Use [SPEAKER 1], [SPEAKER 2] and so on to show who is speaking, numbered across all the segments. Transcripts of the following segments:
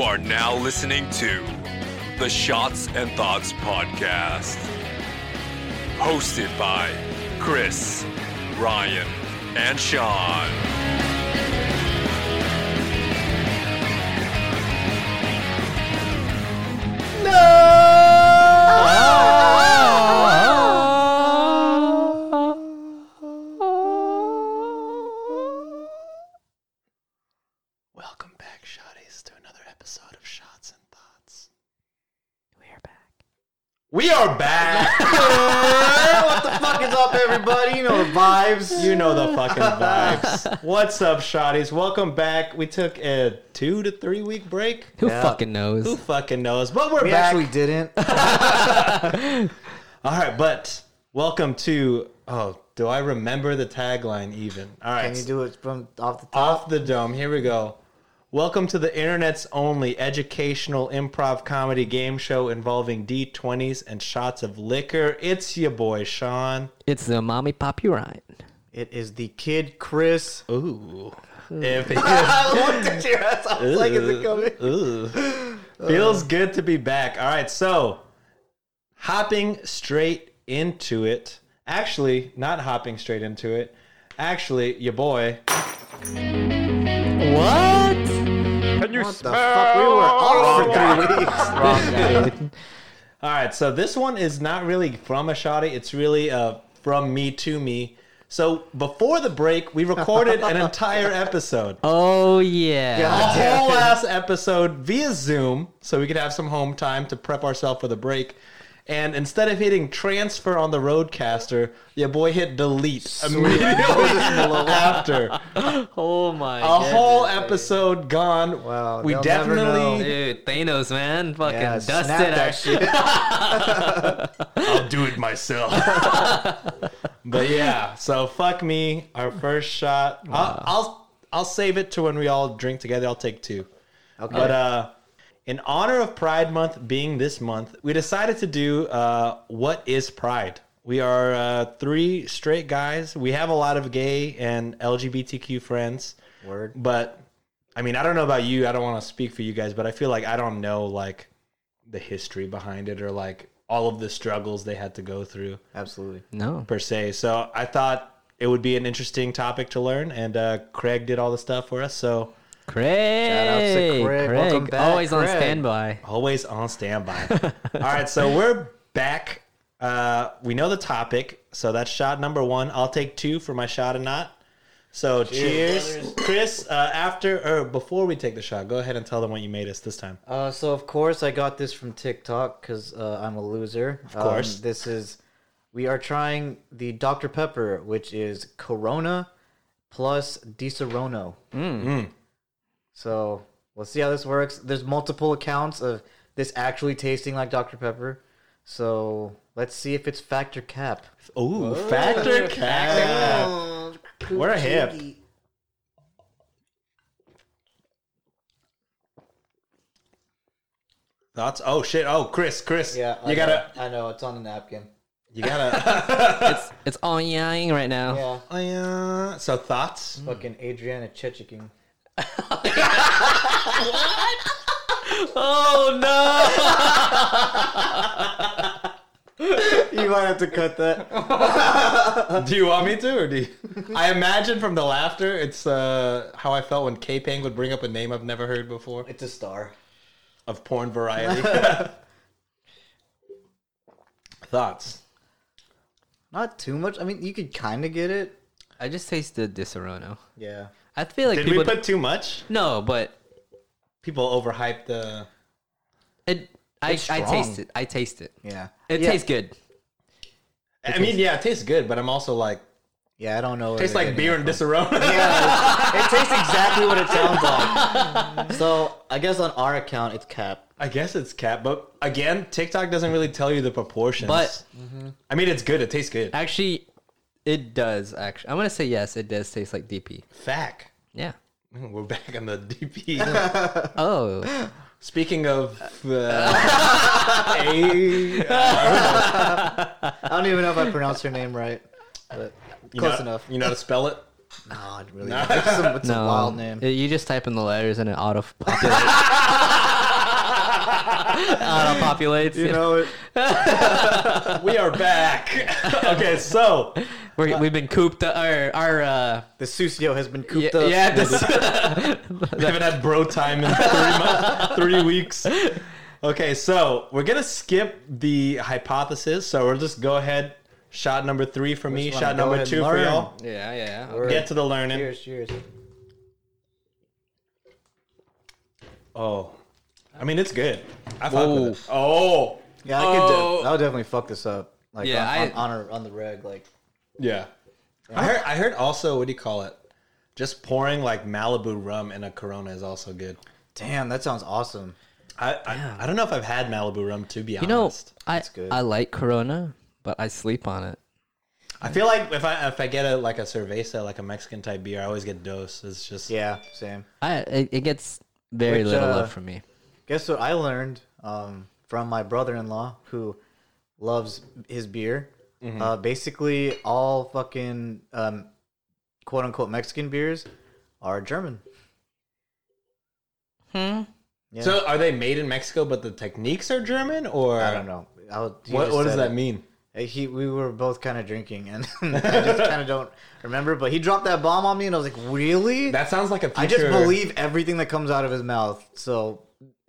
[SPEAKER 1] are now listening to the Shots and Thoughts Podcast, hosted by Chris, Ryan, and Sean.
[SPEAKER 2] Welcome back, shotties, to another episode of Shots and Thoughts.
[SPEAKER 3] We are back. what the fuck is up, everybody? You know the vibes. You know the fucking vibes. What's up, shotties? Welcome back. We took a two to three week break.
[SPEAKER 4] Who fucking knows?
[SPEAKER 3] Who fucking knows? But we're
[SPEAKER 2] We
[SPEAKER 3] back.
[SPEAKER 2] actually didn't.
[SPEAKER 3] All right, but welcome to. Oh, do I remember the tagline even? All right.
[SPEAKER 2] Can you do it from off the top?
[SPEAKER 3] Off the dome. Here we go. Welcome to the internet's only educational improv comedy game show involving D20s and shots of liquor. It's your boy, Sean.
[SPEAKER 4] It's the mommy poppy Ryan.
[SPEAKER 2] It is the kid Chris.
[SPEAKER 3] Ooh. If it,
[SPEAKER 2] I looked at your ass. I was like, is it coming?
[SPEAKER 3] ooh. Feels good to be back. All right, so hopping straight into it. Actually, not hopping straight into it. Actually, your boy.
[SPEAKER 4] What?
[SPEAKER 2] What the fuck? We were off for three weeks. Wrong guy.
[SPEAKER 3] All right, so this one is not really from a shoddy. It's really uh, from me to me. So before the break, we recorded an entire episode.
[SPEAKER 4] Oh yeah.
[SPEAKER 3] a
[SPEAKER 2] Yeah.
[SPEAKER 3] whole ass episode via Zoom so we could have some home time to prep ourselves for the break. And instead of hitting transfer on the roadcaster, your boy hit delete immediately after.
[SPEAKER 4] Oh my.
[SPEAKER 3] A whole episode gone.
[SPEAKER 2] Wow,
[SPEAKER 3] we
[SPEAKER 2] they'll never
[SPEAKER 3] definitely.
[SPEAKER 4] Dude, Thanos man, fucking
[SPEAKER 2] Yeah, snap
[SPEAKER 4] dusted our
[SPEAKER 2] that shit.
[SPEAKER 3] I'll do it myself. but yeah, so fuck me. Our first shot. I'll, I'll I'll save it to when we all drink together. I'll take two.
[SPEAKER 2] Okay.
[SPEAKER 3] But uh, in honor of Pride Month being this month, we decided to do uh, what is Pride. We are uh, three straight guys. We have a lot of gay and LGBTQ friends,
[SPEAKER 2] Word.
[SPEAKER 3] but I mean, I don't know about you. I don't want to speak for you guys, but I feel like I don't know like the history behind it or like all of the struggles they had to go through
[SPEAKER 2] Absolutely.
[SPEAKER 4] No.
[SPEAKER 3] per se. So I thought it would be an interesting topic to learn, and uh, Craig did all the stuff for us. So
[SPEAKER 4] Craig.
[SPEAKER 2] out to Craig. Welcome back,
[SPEAKER 4] Always on
[SPEAKER 2] Craig.
[SPEAKER 4] standby.
[SPEAKER 3] always on standby. All right, so we're back. Uh, we know the topic, so that's shot number one. I'll take two for my shot and not. So cheers, Chris. Uh, after or before we take the shot, go ahead and tell them what you made us this time.
[SPEAKER 2] Uh, so of course I got this from TikTok because uh, I'm a loser. Of
[SPEAKER 3] course.
[SPEAKER 2] this is we are trying the Dr Pepper, which is Corona plus DiSerono. Mm. So let's see how this works. There's multiple accounts of this actually tasting like Dr Pepper. So let's see if it's factor cap.
[SPEAKER 3] Ooh,
[SPEAKER 2] Oh.
[SPEAKER 3] factor cap. We're hip. Thoughts? Oh shit! Oh, Chris, Chris,
[SPEAKER 2] Yeah, I
[SPEAKER 3] you gotta,
[SPEAKER 2] Know, I know it's on a napkin.
[SPEAKER 3] you gotta.
[SPEAKER 4] It's it's on yang right now.
[SPEAKER 2] Yeah,
[SPEAKER 3] Oh, yeah. So thoughts?
[SPEAKER 2] fucking Adriana Chechiking.
[SPEAKER 4] Oh no.
[SPEAKER 2] You might have to cut that.
[SPEAKER 3] Do you want me to, or do you? I imagine from the laughter, it's uh, how I felt when K Pang would bring up a name I've never heard before
[SPEAKER 2] It's a star.
[SPEAKER 3] of porn variety. Thoughts?
[SPEAKER 2] Not too much. I mean, you could kind of get it.
[SPEAKER 4] I just tasted Disaronno.
[SPEAKER 2] Yeah.
[SPEAKER 4] I feel like
[SPEAKER 3] Did
[SPEAKER 4] people
[SPEAKER 3] we put too much?
[SPEAKER 4] No, but
[SPEAKER 3] People overhyped the.
[SPEAKER 4] it I,
[SPEAKER 2] It's
[SPEAKER 4] I
[SPEAKER 2] strong.
[SPEAKER 4] taste it. I taste it.
[SPEAKER 2] Yeah.
[SPEAKER 4] It
[SPEAKER 2] yeah.
[SPEAKER 4] tastes good.
[SPEAKER 3] I mean, yeah, it tastes good, but I'm also like
[SPEAKER 2] Yeah, I don't know.
[SPEAKER 3] tastes like beer and Disaronno.
[SPEAKER 2] Yeah, it tastes exactly what it sounds like. So I guess on our account, it's cap.
[SPEAKER 3] I guess it's cat, but again, TikTok doesn't really tell you the proportions.
[SPEAKER 4] But-
[SPEAKER 3] I mean, it's good. It tastes good.
[SPEAKER 4] Actually, it does. Actually, I'm gonna say yes. It does taste like DP.
[SPEAKER 3] Fact.
[SPEAKER 4] Yeah.
[SPEAKER 3] We're back on the DP.
[SPEAKER 4] Oh,
[SPEAKER 3] Speaking of uh, a
[SPEAKER 2] I don't even know if I pronounced her name right, but
[SPEAKER 3] You
[SPEAKER 2] close
[SPEAKER 3] know-
[SPEAKER 2] enough.
[SPEAKER 3] You know how to spell it?
[SPEAKER 2] No, I really. It's, a, it's a
[SPEAKER 4] no.
[SPEAKER 2] wild name.
[SPEAKER 4] You just type in the letters and it auto populates. Auto populates.
[SPEAKER 2] You know it.
[SPEAKER 3] we are back. okay, so
[SPEAKER 4] We're, we've been cooped up. Our, our uh,
[SPEAKER 2] The Susio has been
[SPEAKER 4] yeah,
[SPEAKER 2] cooped up.
[SPEAKER 4] yeah, this-
[SPEAKER 3] we haven't had bro time in three, months, three weeks. Okay, so we're gonna skip the hypothesis. So we'll just go ahead. Shot number three for me.
[SPEAKER 2] Just wanna
[SPEAKER 3] Shot
[SPEAKER 2] go
[SPEAKER 3] number
[SPEAKER 2] ahead
[SPEAKER 3] two
[SPEAKER 2] and
[SPEAKER 3] for
[SPEAKER 2] learn.
[SPEAKER 3] y'all.
[SPEAKER 4] yeah, yeah.
[SPEAKER 2] Word.
[SPEAKER 3] Get to the learning.
[SPEAKER 2] Cheers, cheers.
[SPEAKER 3] Oh, I mean it's good. I fuck
[SPEAKER 4] Whoa.
[SPEAKER 3] with it. Oh,
[SPEAKER 2] Yeah, I could.
[SPEAKER 4] Oh.
[SPEAKER 2] De- I'll definitely fuck this up. Like
[SPEAKER 4] Yeah,
[SPEAKER 2] on,
[SPEAKER 4] I-
[SPEAKER 2] on, on, a, on the reg, like
[SPEAKER 3] yeah. I heard. I heard also. What do you call it? Just pouring like Malibu rum in a Corona is also good.
[SPEAKER 2] damn, that sounds awesome.
[SPEAKER 3] I I, I don't know if I've had Malibu rum to be
[SPEAKER 4] You know,
[SPEAKER 3] honest.
[SPEAKER 4] I
[SPEAKER 2] good.
[SPEAKER 4] I like Corona, but I sleep on it.
[SPEAKER 3] I feel like if I if I get a like a cerveza, like a Mexican type beer, I always get dose. It's just
[SPEAKER 2] Yeah, same.
[SPEAKER 4] I it, it gets very
[SPEAKER 2] Which,
[SPEAKER 4] little
[SPEAKER 2] uh,
[SPEAKER 4] love from me.
[SPEAKER 2] Guess what I learned um, from my brother-in-law who loves his beer.
[SPEAKER 3] Mm-hmm.
[SPEAKER 2] Uh, basically, all fucking um, quote-unquote Mexican beers are German. Yeah.
[SPEAKER 3] So are they made in Mexico, but the techniques are German, or
[SPEAKER 2] I don't know. I was, he
[SPEAKER 3] What
[SPEAKER 2] just
[SPEAKER 3] what does
[SPEAKER 2] said
[SPEAKER 3] that
[SPEAKER 2] it.
[SPEAKER 3] mean?
[SPEAKER 2] Uh, He we were both kind of drinking, and I just kind of don't remember. But he dropped that bomb on me, and I was like, "Really?"
[SPEAKER 3] That sounds like a future.
[SPEAKER 2] I just believe everything that comes out of his mouth. So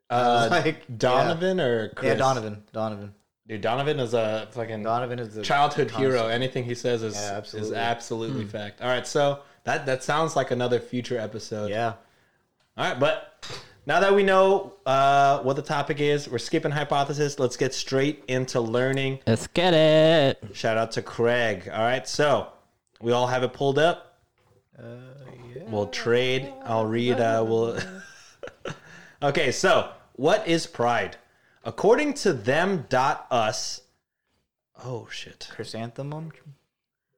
[SPEAKER 3] uh,
[SPEAKER 2] like,
[SPEAKER 3] Donovan or
[SPEAKER 2] yeah,
[SPEAKER 3] Chris?
[SPEAKER 2] Donovan, Donovan,
[SPEAKER 3] Dude, Donovan is a fucking
[SPEAKER 2] Donovan is the
[SPEAKER 3] childhood hero. Anything he says is
[SPEAKER 2] Yeah,
[SPEAKER 3] is
[SPEAKER 2] absolutely.
[SPEAKER 3] absolutely
[SPEAKER 4] Hmm.
[SPEAKER 3] fact. All right, so that that sounds like another future episode.
[SPEAKER 2] Yeah,
[SPEAKER 3] All right, but now that we know uh, what the topic is, we're skipping hypothesis. Let's get straight into learning.
[SPEAKER 4] Let's get it.
[SPEAKER 3] Shout out to Craig. All right, so we all have it pulled up. Uh, We'll trade. I'll read. Uh, we'll. okay, so what is pride? According to them. Dot us. Oh shit!
[SPEAKER 2] chrysanthemum.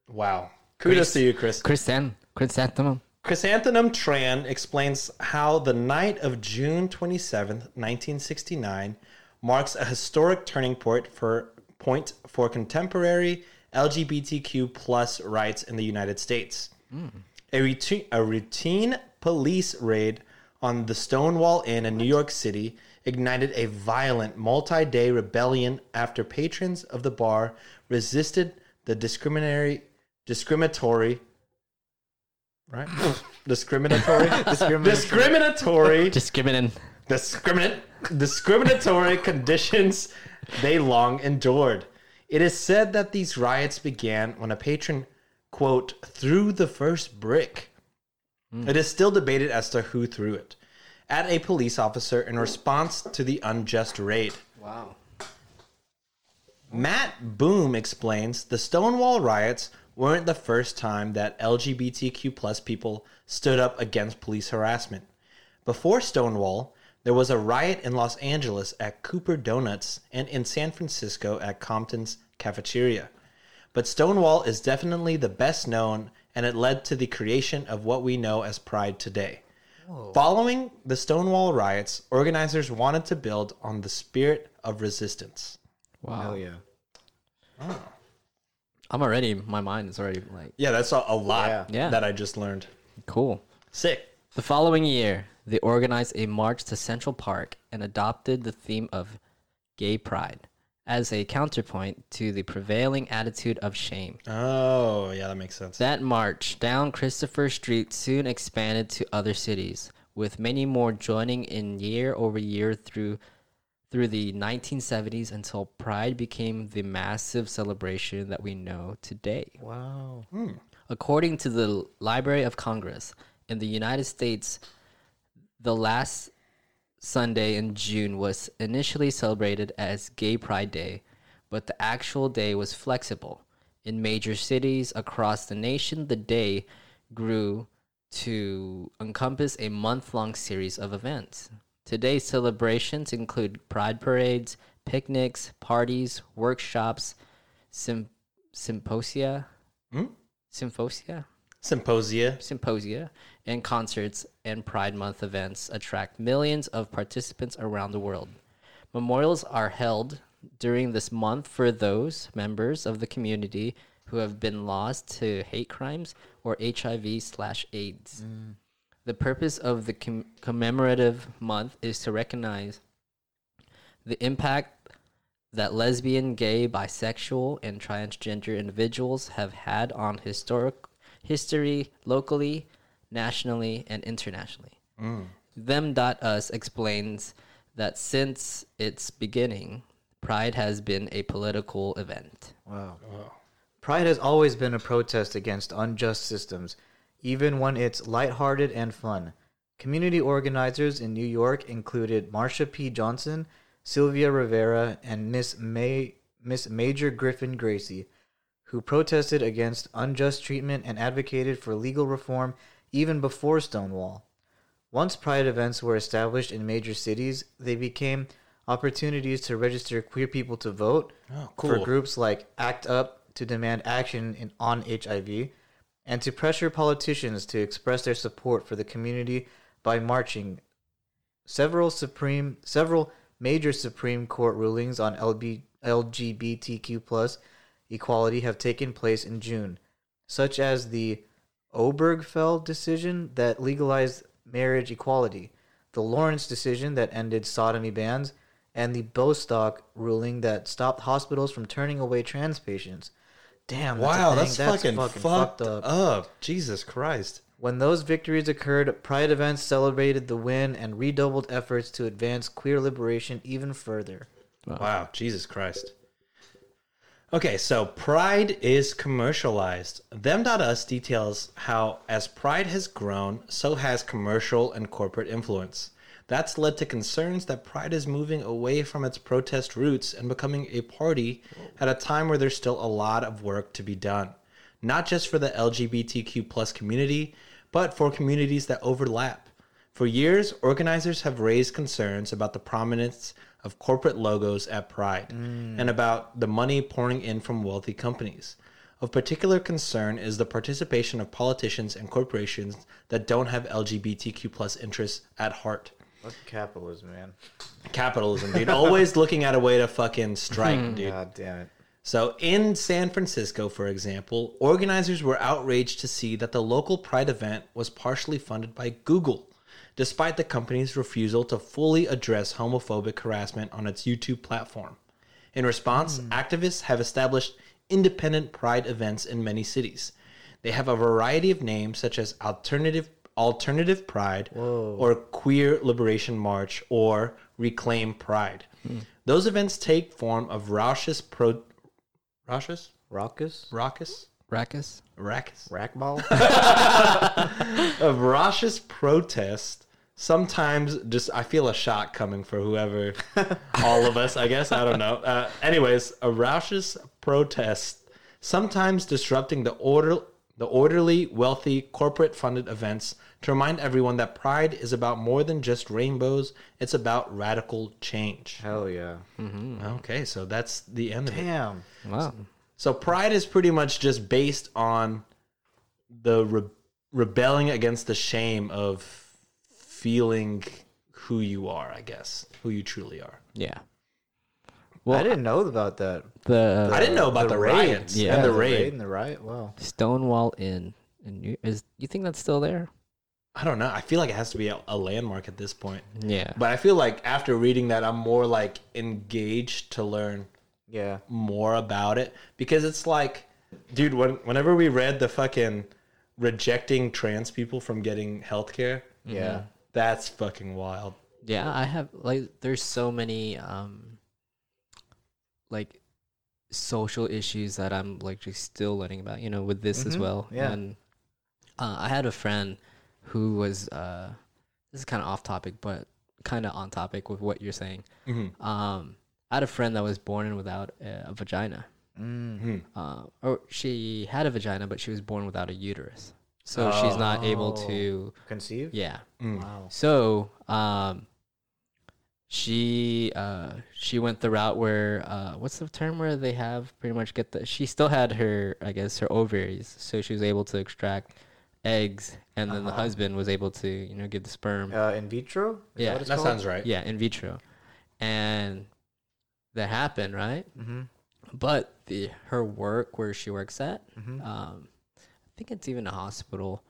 [SPEAKER 3] Wow. Kudos to you, Chris.
[SPEAKER 4] Chrysan- chrysanthemum.
[SPEAKER 3] Chrysanthemum Tran explains how the night of June 27th, 1969, marks a historic turning point for point for contemporary LGBTQ plus rights in the United States. A, routine, a routine police raid on the Stonewall Inn in New York City ignited a violent multi day rebellion after patrons of the bar resisted the discriminatory discriminatory right discriminatory
[SPEAKER 2] Discrimination.
[SPEAKER 3] discriminatory
[SPEAKER 4] Discriminating.
[SPEAKER 3] discriminate discriminatory conditions they long endured. It is said that these riots began when a patron, quote, threw the first brick. It is still debated as to who threw it. At a police officer in response to the unjust raid.
[SPEAKER 4] Wow.
[SPEAKER 3] Matt Boom explains the Stonewall riots weren't the first time that LGBTQ plus people stood up against police harassment. Before Stonewall, there was a riot in Los Angeles at Cooper Donuts and in San Francisco at Compton's cafeteria. But Stonewall is definitely the best known, and it led to the creation of what we know as Pride today. Following the Stonewall riots, organizers wanted to build on the spirit of resistance.
[SPEAKER 4] Wow.
[SPEAKER 2] Hell yeah.
[SPEAKER 4] I'm already. My mind is already like
[SPEAKER 3] Yeah, that's a, a lot
[SPEAKER 4] Yeah. Yeah.
[SPEAKER 3] that I just learned.
[SPEAKER 4] cool.
[SPEAKER 3] Sick.
[SPEAKER 4] The following year, they organized a march to Central Park and adopted the theme of gay pride as a counterpoint to the prevailing attitude of shame.
[SPEAKER 3] Oh, yeah, that makes sense.
[SPEAKER 4] That march down Christopher Street soon expanded to other cities, with many more joining in year over year through through the 1970s until Pride became the massive celebration that we know today.
[SPEAKER 2] Wow.
[SPEAKER 4] According to the Library of Congress in the United States, the last Sunday in June was initially celebrated as Gay Pride Day, but the actual day was flexible. In major cities across the nation, the day grew to encompass a month long series of events. Today's celebrations include pride parades, picnics, parties, workshops, sym- symposia, symposia,
[SPEAKER 3] Symposia.
[SPEAKER 4] symposia, and concerts and Pride Month events attract millions of participants around the world. Memorials are held during this month for those members of the community who have been lost to hate crimes or HIV slash AIDS. The purpose of the com- commemorative month is to recognize the impact that lesbian, gay, bisexual, and transgender individuals have had on historic history locally, nationally, and internationally. Them.us explains that since its beginning, Pride has been a political event.
[SPEAKER 2] Wow. Pride has always been a protest against unjust systems, even when it's lighthearted and fun. Community organizers in New York included Marsha P. Johnson, Sylvia Rivera, and Miss May Miss Major Griffin Gracie, who protested against unjust treatment and advocated for legal reform even before Stonewall. Once pride events were established in major cities, they became opportunities to register queer people to vote
[SPEAKER 3] Oh,
[SPEAKER 2] for
[SPEAKER 3] cool.
[SPEAKER 2] groups like ACT UP to demand action in, on HIV and to pressure politicians to express their support for the community by marching. Several supreme, several major Supreme Court rulings on LB, LGBTQ plus equality have taken place in June, such as the Obergefell decision that legalized marriage equality, the Lawrence decision that ended sodomy bans, and the Bostock ruling that stopped hospitals from turning away trans patients. Damn! a
[SPEAKER 3] Wow,
[SPEAKER 2] thing.
[SPEAKER 3] that's, fucking, fucked, up. Jesus Christ.
[SPEAKER 2] When those victories occurred, Pride events celebrated the win and redoubled efforts to advance queer liberation even further.
[SPEAKER 3] Wow, Jesus Christ. Okay, so Pride is commercialized. Them.us details how, as Pride has grown, so has commercial and corporate influence. That's led to concerns that Pride is moving away from its protest roots and becoming a party at a time where there's still a lot of work to be done, not just for the LGBTQ plus community, but for communities that overlap. For years, organizers have raised concerns about the prominence of corporate logos at Pride and about the money pouring in from wealthy companies. Of particular concern is the participation of politicians and corporations that don't have LGBTQ plus interests at heart.
[SPEAKER 2] What's capitalism, man?
[SPEAKER 3] Capitalism, dude. Always looking at a way to fucking strike, dude.
[SPEAKER 2] God damn it.
[SPEAKER 3] So, in San Francisco, for example, organizers were outraged to see that the local Pride event was partially funded by Google, despite the company's refusal to fully address homophobic harassment on its YouTube platform. In response, activists have established independent Pride events in many cities. They have a variety of names such as Alternative Alternative Pride or Queer Liberation March or Reclaim Pride. Those events take form of raucous pro raucous
[SPEAKER 2] Raucous?
[SPEAKER 3] raucous
[SPEAKER 4] Rackus?
[SPEAKER 3] raucous
[SPEAKER 2] Rackball?
[SPEAKER 3] of raucous protest. Sometimes just I feel a shot coming for whoever, all of us. I guess I don't know. Uh, anyways, a raucous protest, sometimes disrupting the order, the orderly, wealthy, corporate-funded events to remind everyone that pride is about more than just rainbows. It's about radical change.
[SPEAKER 2] Hell yeah.
[SPEAKER 3] Okay, so that's the end of it.
[SPEAKER 2] Damn.
[SPEAKER 4] Wow.
[SPEAKER 3] So pride is pretty much just based on the re- rebelling against the shame of feeling who you are, I guess, who you truly are.
[SPEAKER 4] Yeah.
[SPEAKER 2] I didn't know about that.
[SPEAKER 4] The
[SPEAKER 3] I didn't know about the,
[SPEAKER 2] the raid.
[SPEAKER 3] riots
[SPEAKER 4] Yeah,
[SPEAKER 3] and the,
[SPEAKER 2] the
[SPEAKER 3] raid.
[SPEAKER 2] And the riot? Wow.
[SPEAKER 4] Stonewall Inn in New is you think that's still there?
[SPEAKER 3] I don't know. I feel like it has to be a, a landmark at this point.
[SPEAKER 4] Yeah.
[SPEAKER 3] But I feel like after reading that, I'm more like engaged to learn
[SPEAKER 2] Yeah.
[SPEAKER 3] more about it because it's like, dude, when, whenever we read the fucking rejecting trans people from getting healthcare,
[SPEAKER 2] Yeah.
[SPEAKER 3] that's fucking wild.
[SPEAKER 4] Yeah, I have like there's so many um like social issues that I'm like just still learning about, you know, with this as well.
[SPEAKER 2] Mm-hmm. yeah.
[SPEAKER 4] And uh, I had a friend who was uh this is kind of off topic, but kind of on topic with what you're saying.
[SPEAKER 2] Mm-hmm.
[SPEAKER 4] Um I had a friend that was born without a, a vagina.
[SPEAKER 2] Mm.
[SPEAKER 4] Uh, or she had a vagina, but she was born without a uterus. So she's not able
[SPEAKER 2] Oh.
[SPEAKER 4] to,
[SPEAKER 2] Conceived?
[SPEAKER 4] yeah.
[SPEAKER 2] Wow.
[SPEAKER 4] So, um, she uh, she went the route where uh, what's the term where they have pretty much get the she still had her I guess her ovaries, so she was able to extract eggs, and then the husband was able to you know give the sperm.
[SPEAKER 2] Uh, in vitro? Is
[SPEAKER 4] Mm-hmm. Yeah.
[SPEAKER 2] what it's
[SPEAKER 3] That
[SPEAKER 2] called?
[SPEAKER 3] sounds right.
[SPEAKER 4] Yeah, in vitro, and that happened right. Mm-hmm. But the her work where she works at,
[SPEAKER 3] Mm-hmm.
[SPEAKER 4] um, I think it's even a hospital.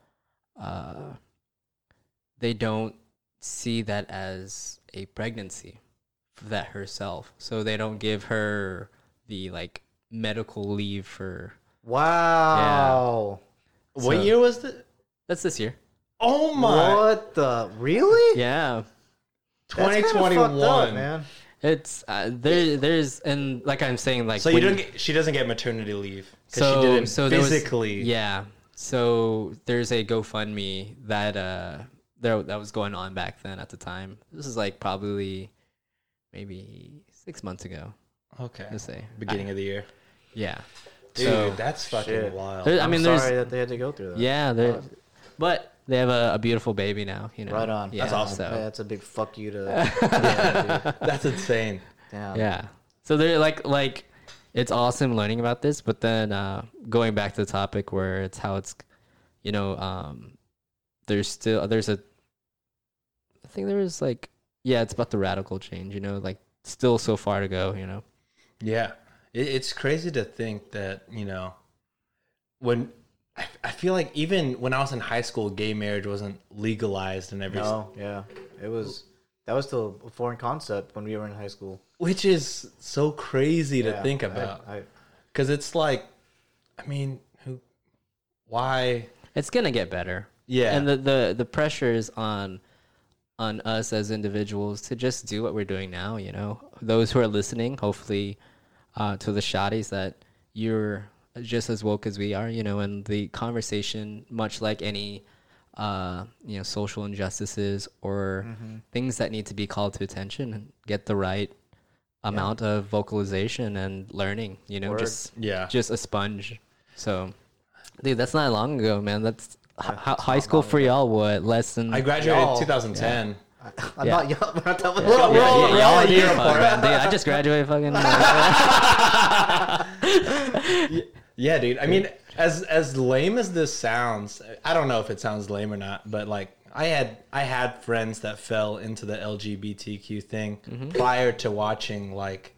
[SPEAKER 4] Uh, they don't see that as a pregnancy that herself, so they don't give her the like medical leave for.
[SPEAKER 2] Wow.
[SPEAKER 3] What
[SPEAKER 4] So-
[SPEAKER 3] year was the?
[SPEAKER 4] That's this year.
[SPEAKER 3] Oh my!
[SPEAKER 2] What the really?
[SPEAKER 4] Yeah,
[SPEAKER 2] That's
[SPEAKER 3] Twenty
[SPEAKER 2] kinda fucked up,
[SPEAKER 3] twenty one.
[SPEAKER 2] man.
[SPEAKER 4] it's uh, there. There's and like I'm saying, like
[SPEAKER 3] So you
[SPEAKER 4] when
[SPEAKER 3] don't. Get, she doesn't get maternity leave because
[SPEAKER 4] so
[SPEAKER 3] she did it
[SPEAKER 4] so there was-
[SPEAKER 3] physically.
[SPEAKER 4] yeah. So there's a GoFundMe that uh there that was going on back then at the time. This is like probably maybe six months ago.
[SPEAKER 3] Okay.
[SPEAKER 4] Let's say
[SPEAKER 3] Beginning of the year.
[SPEAKER 4] Yeah.
[SPEAKER 3] Dude,
[SPEAKER 4] so
[SPEAKER 3] that's fucking
[SPEAKER 2] Shit.
[SPEAKER 3] wild.
[SPEAKER 4] there- I
[SPEAKER 2] I'm
[SPEAKER 4] mean, there's
[SPEAKER 2] sorry that they had to go through that.
[SPEAKER 4] yeah, there, but they have a, a beautiful baby now. You know,
[SPEAKER 2] Right on.
[SPEAKER 4] Yeah,
[SPEAKER 2] That's
[SPEAKER 3] awesome.
[SPEAKER 4] So,
[SPEAKER 2] Yeah, that's a big fuck you to. yeah, dude.
[SPEAKER 3] That's insane.
[SPEAKER 2] Damn.
[SPEAKER 4] Yeah. So they're like like it's awesome learning about this, but then uh, going back to the topic where it's how it's you know um, there's still there's a I think there is like yeah it's about the radical change you know like still so far to go you know
[SPEAKER 3] Yeah, it, it's crazy to think that you know when I, I feel like even when I was in high school, gay marriage wasn't legalized and everything,
[SPEAKER 2] No, yeah. It was. That was still a foreign concept when we were in high school.
[SPEAKER 3] which is so crazy
[SPEAKER 2] Yeah,
[SPEAKER 3] to think
[SPEAKER 2] I-
[SPEAKER 3] about
[SPEAKER 2] I,
[SPEAKER 3] because it's like, I mean, who, why?
[SPEAKER 4] it's gonna get better
[SPEAKER 3] Yeah.
[SPEAKER 4] and the the the pressure is on on us as individuals to just do what we're doing now you know those who are listening hopefully uh, to the shotties that you're just as woke as we are you know and the conversation much like any uh, you know social injustices or
[SPEAKER 3] Mm-hmm.
[SPEAKER 4] things that need to be called to attention get the right amount of vocalization and learning you know
[SPEAKER 2] Word.
[SPEAKER 4] just
[SPEAKER 3] Yeah.
[SPEAKER 4] just a sponge so Dude, that's not long ago, man. That's h- hi- high school for y'all. What less than?
[SPEAKER 3] I graduated
[SPEAKER 2] Y'all.
[SPEAKER 3] in 2010.
[SPEAKER 2] I'm
[SPEAKER 4] Yeah.
[SPEAKER 2] not young. We're not that
[SPEAKER 3] We're
[SPEAKER 4] Yeah,
[SPEAKER 3] all- we're
[SPEAKER 4] yeah,
[SPEAKER 3] all- we're all
[SPEAKER 4] y'all
[SPEAKER 3] a
[SPEAKER 4] did,
[SPEAKER 3] year
[SPEAKER 4] fuck,
[SPEAKER 3] apart.
[SPEAKER 4] man. Dude, I just graduated fucking. uh,
[SPEAKER 3] Yeah, dude. I mean, as as lame as this sounds, I don't know if it sounds lame or not, but like I had I had friends that fell into the LGBTQ thing prior to watching like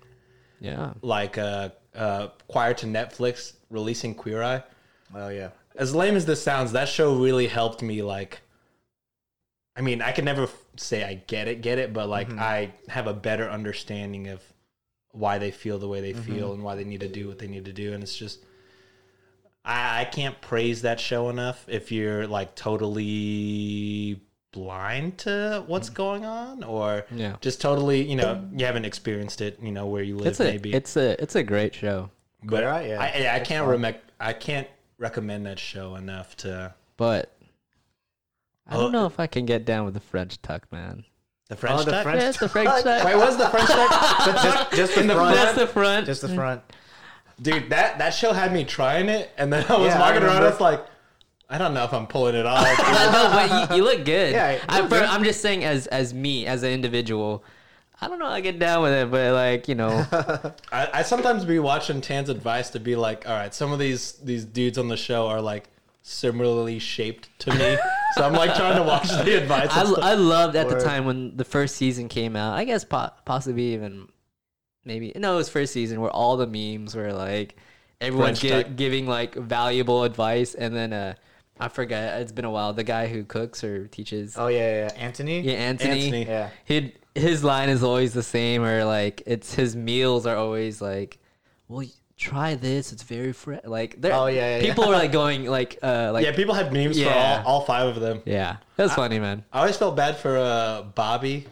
[SPEAKER 4] yeah,
[SPEAKER 3] like uh, uh prior to Netflix releasing Queer Eye.
[SPEAKER 2] Oh yeah.
[SPEAKER 3] As lame as this sounds, that show really helped me like I mean, I can never f- say I get it, get it, but like
[SPEAKER 4] Mm-hmm.
[SPEAKER 3] I have a better understanding of why they feel the way they
[SPEAKER 4] Mm-hmm.
[SPEAKER 3] feel and why they need to do what they need to do. And it's just, I, I can't praise that show enough. If you're like totally blind to what's going on, or
[SPEAKER 4] Mm-hmm. Yeah.
[SPEAKER 3] just totally, you know, you haven't experienced it, you know, where you live,
[SPEAKER 4] it's a
[SPEAKER 3] maybe.
[SPEAKER 4] it's a it's a great show,
[SPEAKER 3] but
[SPEAKER 2] Right, yeah.
[SPEAKER 3] I, I, I can't rec- I can't recommend that show enough to
[SPEAKER 4] but I
[SPEAKER 3] Oh.
[SPEAKER 4] don't
[SPEAKER 2] Uh,
[SPEAKER 4] know if I can get down with the French tuck, man.
[SPEAKER 3] the French.
[SPEAKER 2] Oh, the
[SPEAKER 3] Tuck?
[SPEAKER 2] French-
[SPEAKER 4] That's the French tuck.
[SPEAKER 3] Wait, was the French Tuck?
[SPEAKER 2] just, just the front.
[SPEAKER 4] That's the front.
[SPEAKER 2] just the front.
[SPEAKER 3] Dude, that, that show had me trying it, and then I was
[SPEAKER 2] Yeah, I
[SPEAKER 3] walking around.
[SPEAKER 2] remember.
[SPEAKER 3] It's like, I don't know if I'm pulling it off.
[SPEAKER 4] no, but you, you look good.
[SPEAKER 2] Yeah, you
[SPEAKER 4] I,
[SPEAKER 2] look
[SPEAKER 4] for,
[SPEAKER 2] good.
[SPEAKER 4] I'm just saying, as as me, as an individual, I don't know. how I get down with it, but like you know,
[SPEAKER 3] I, I sometimes be watching Tan's advice to be like, all right, some of these these dudes on the show are like similarly shaped to me, so I'm like trying to watch the advice.
[SPEAKER 4] I,
[SPEAKER 3] and stuff.
[SPEAKER 4] I loved at
[SPEAKER 2] Or-
[SPEAKER 4] the time when the first season came out. I guess po- possibly even maybe no, it was first season where all the memes were like everyone
[SPEAKER 3] French
[SPEAKER 4] gi-
[SPEAKER 3] tuck.
[SPEAKER 4] giving like valuable advice, and then uh, I forget it's been a while. The guy who cooks or teaches,
[SPEAKER 2] Oh yeah, yeah. Anthony.
[SPEAKER 4] yeah, Anthony.
[SPEAKER 3] Anthony.
[SPEAKER 2] Yeah.
[SPEAKER 4] He his line is always the same, or like it's his meals are always like, well. y- Try this; it's very fre-. like. they're-
[SPEAKER 2] Oh, yeah, yeah,
[SPEAKER 4] people were like going like uh like
[SPEAKER 3] yeah, people had memes
[SPEAKER 4] Yeah.
[SPEAKER 3] for all, all five of them.
[SPEAKER 4] yeah. That's funny, man.
[SPEAKER 3] I always felt bad for uh, Bobby,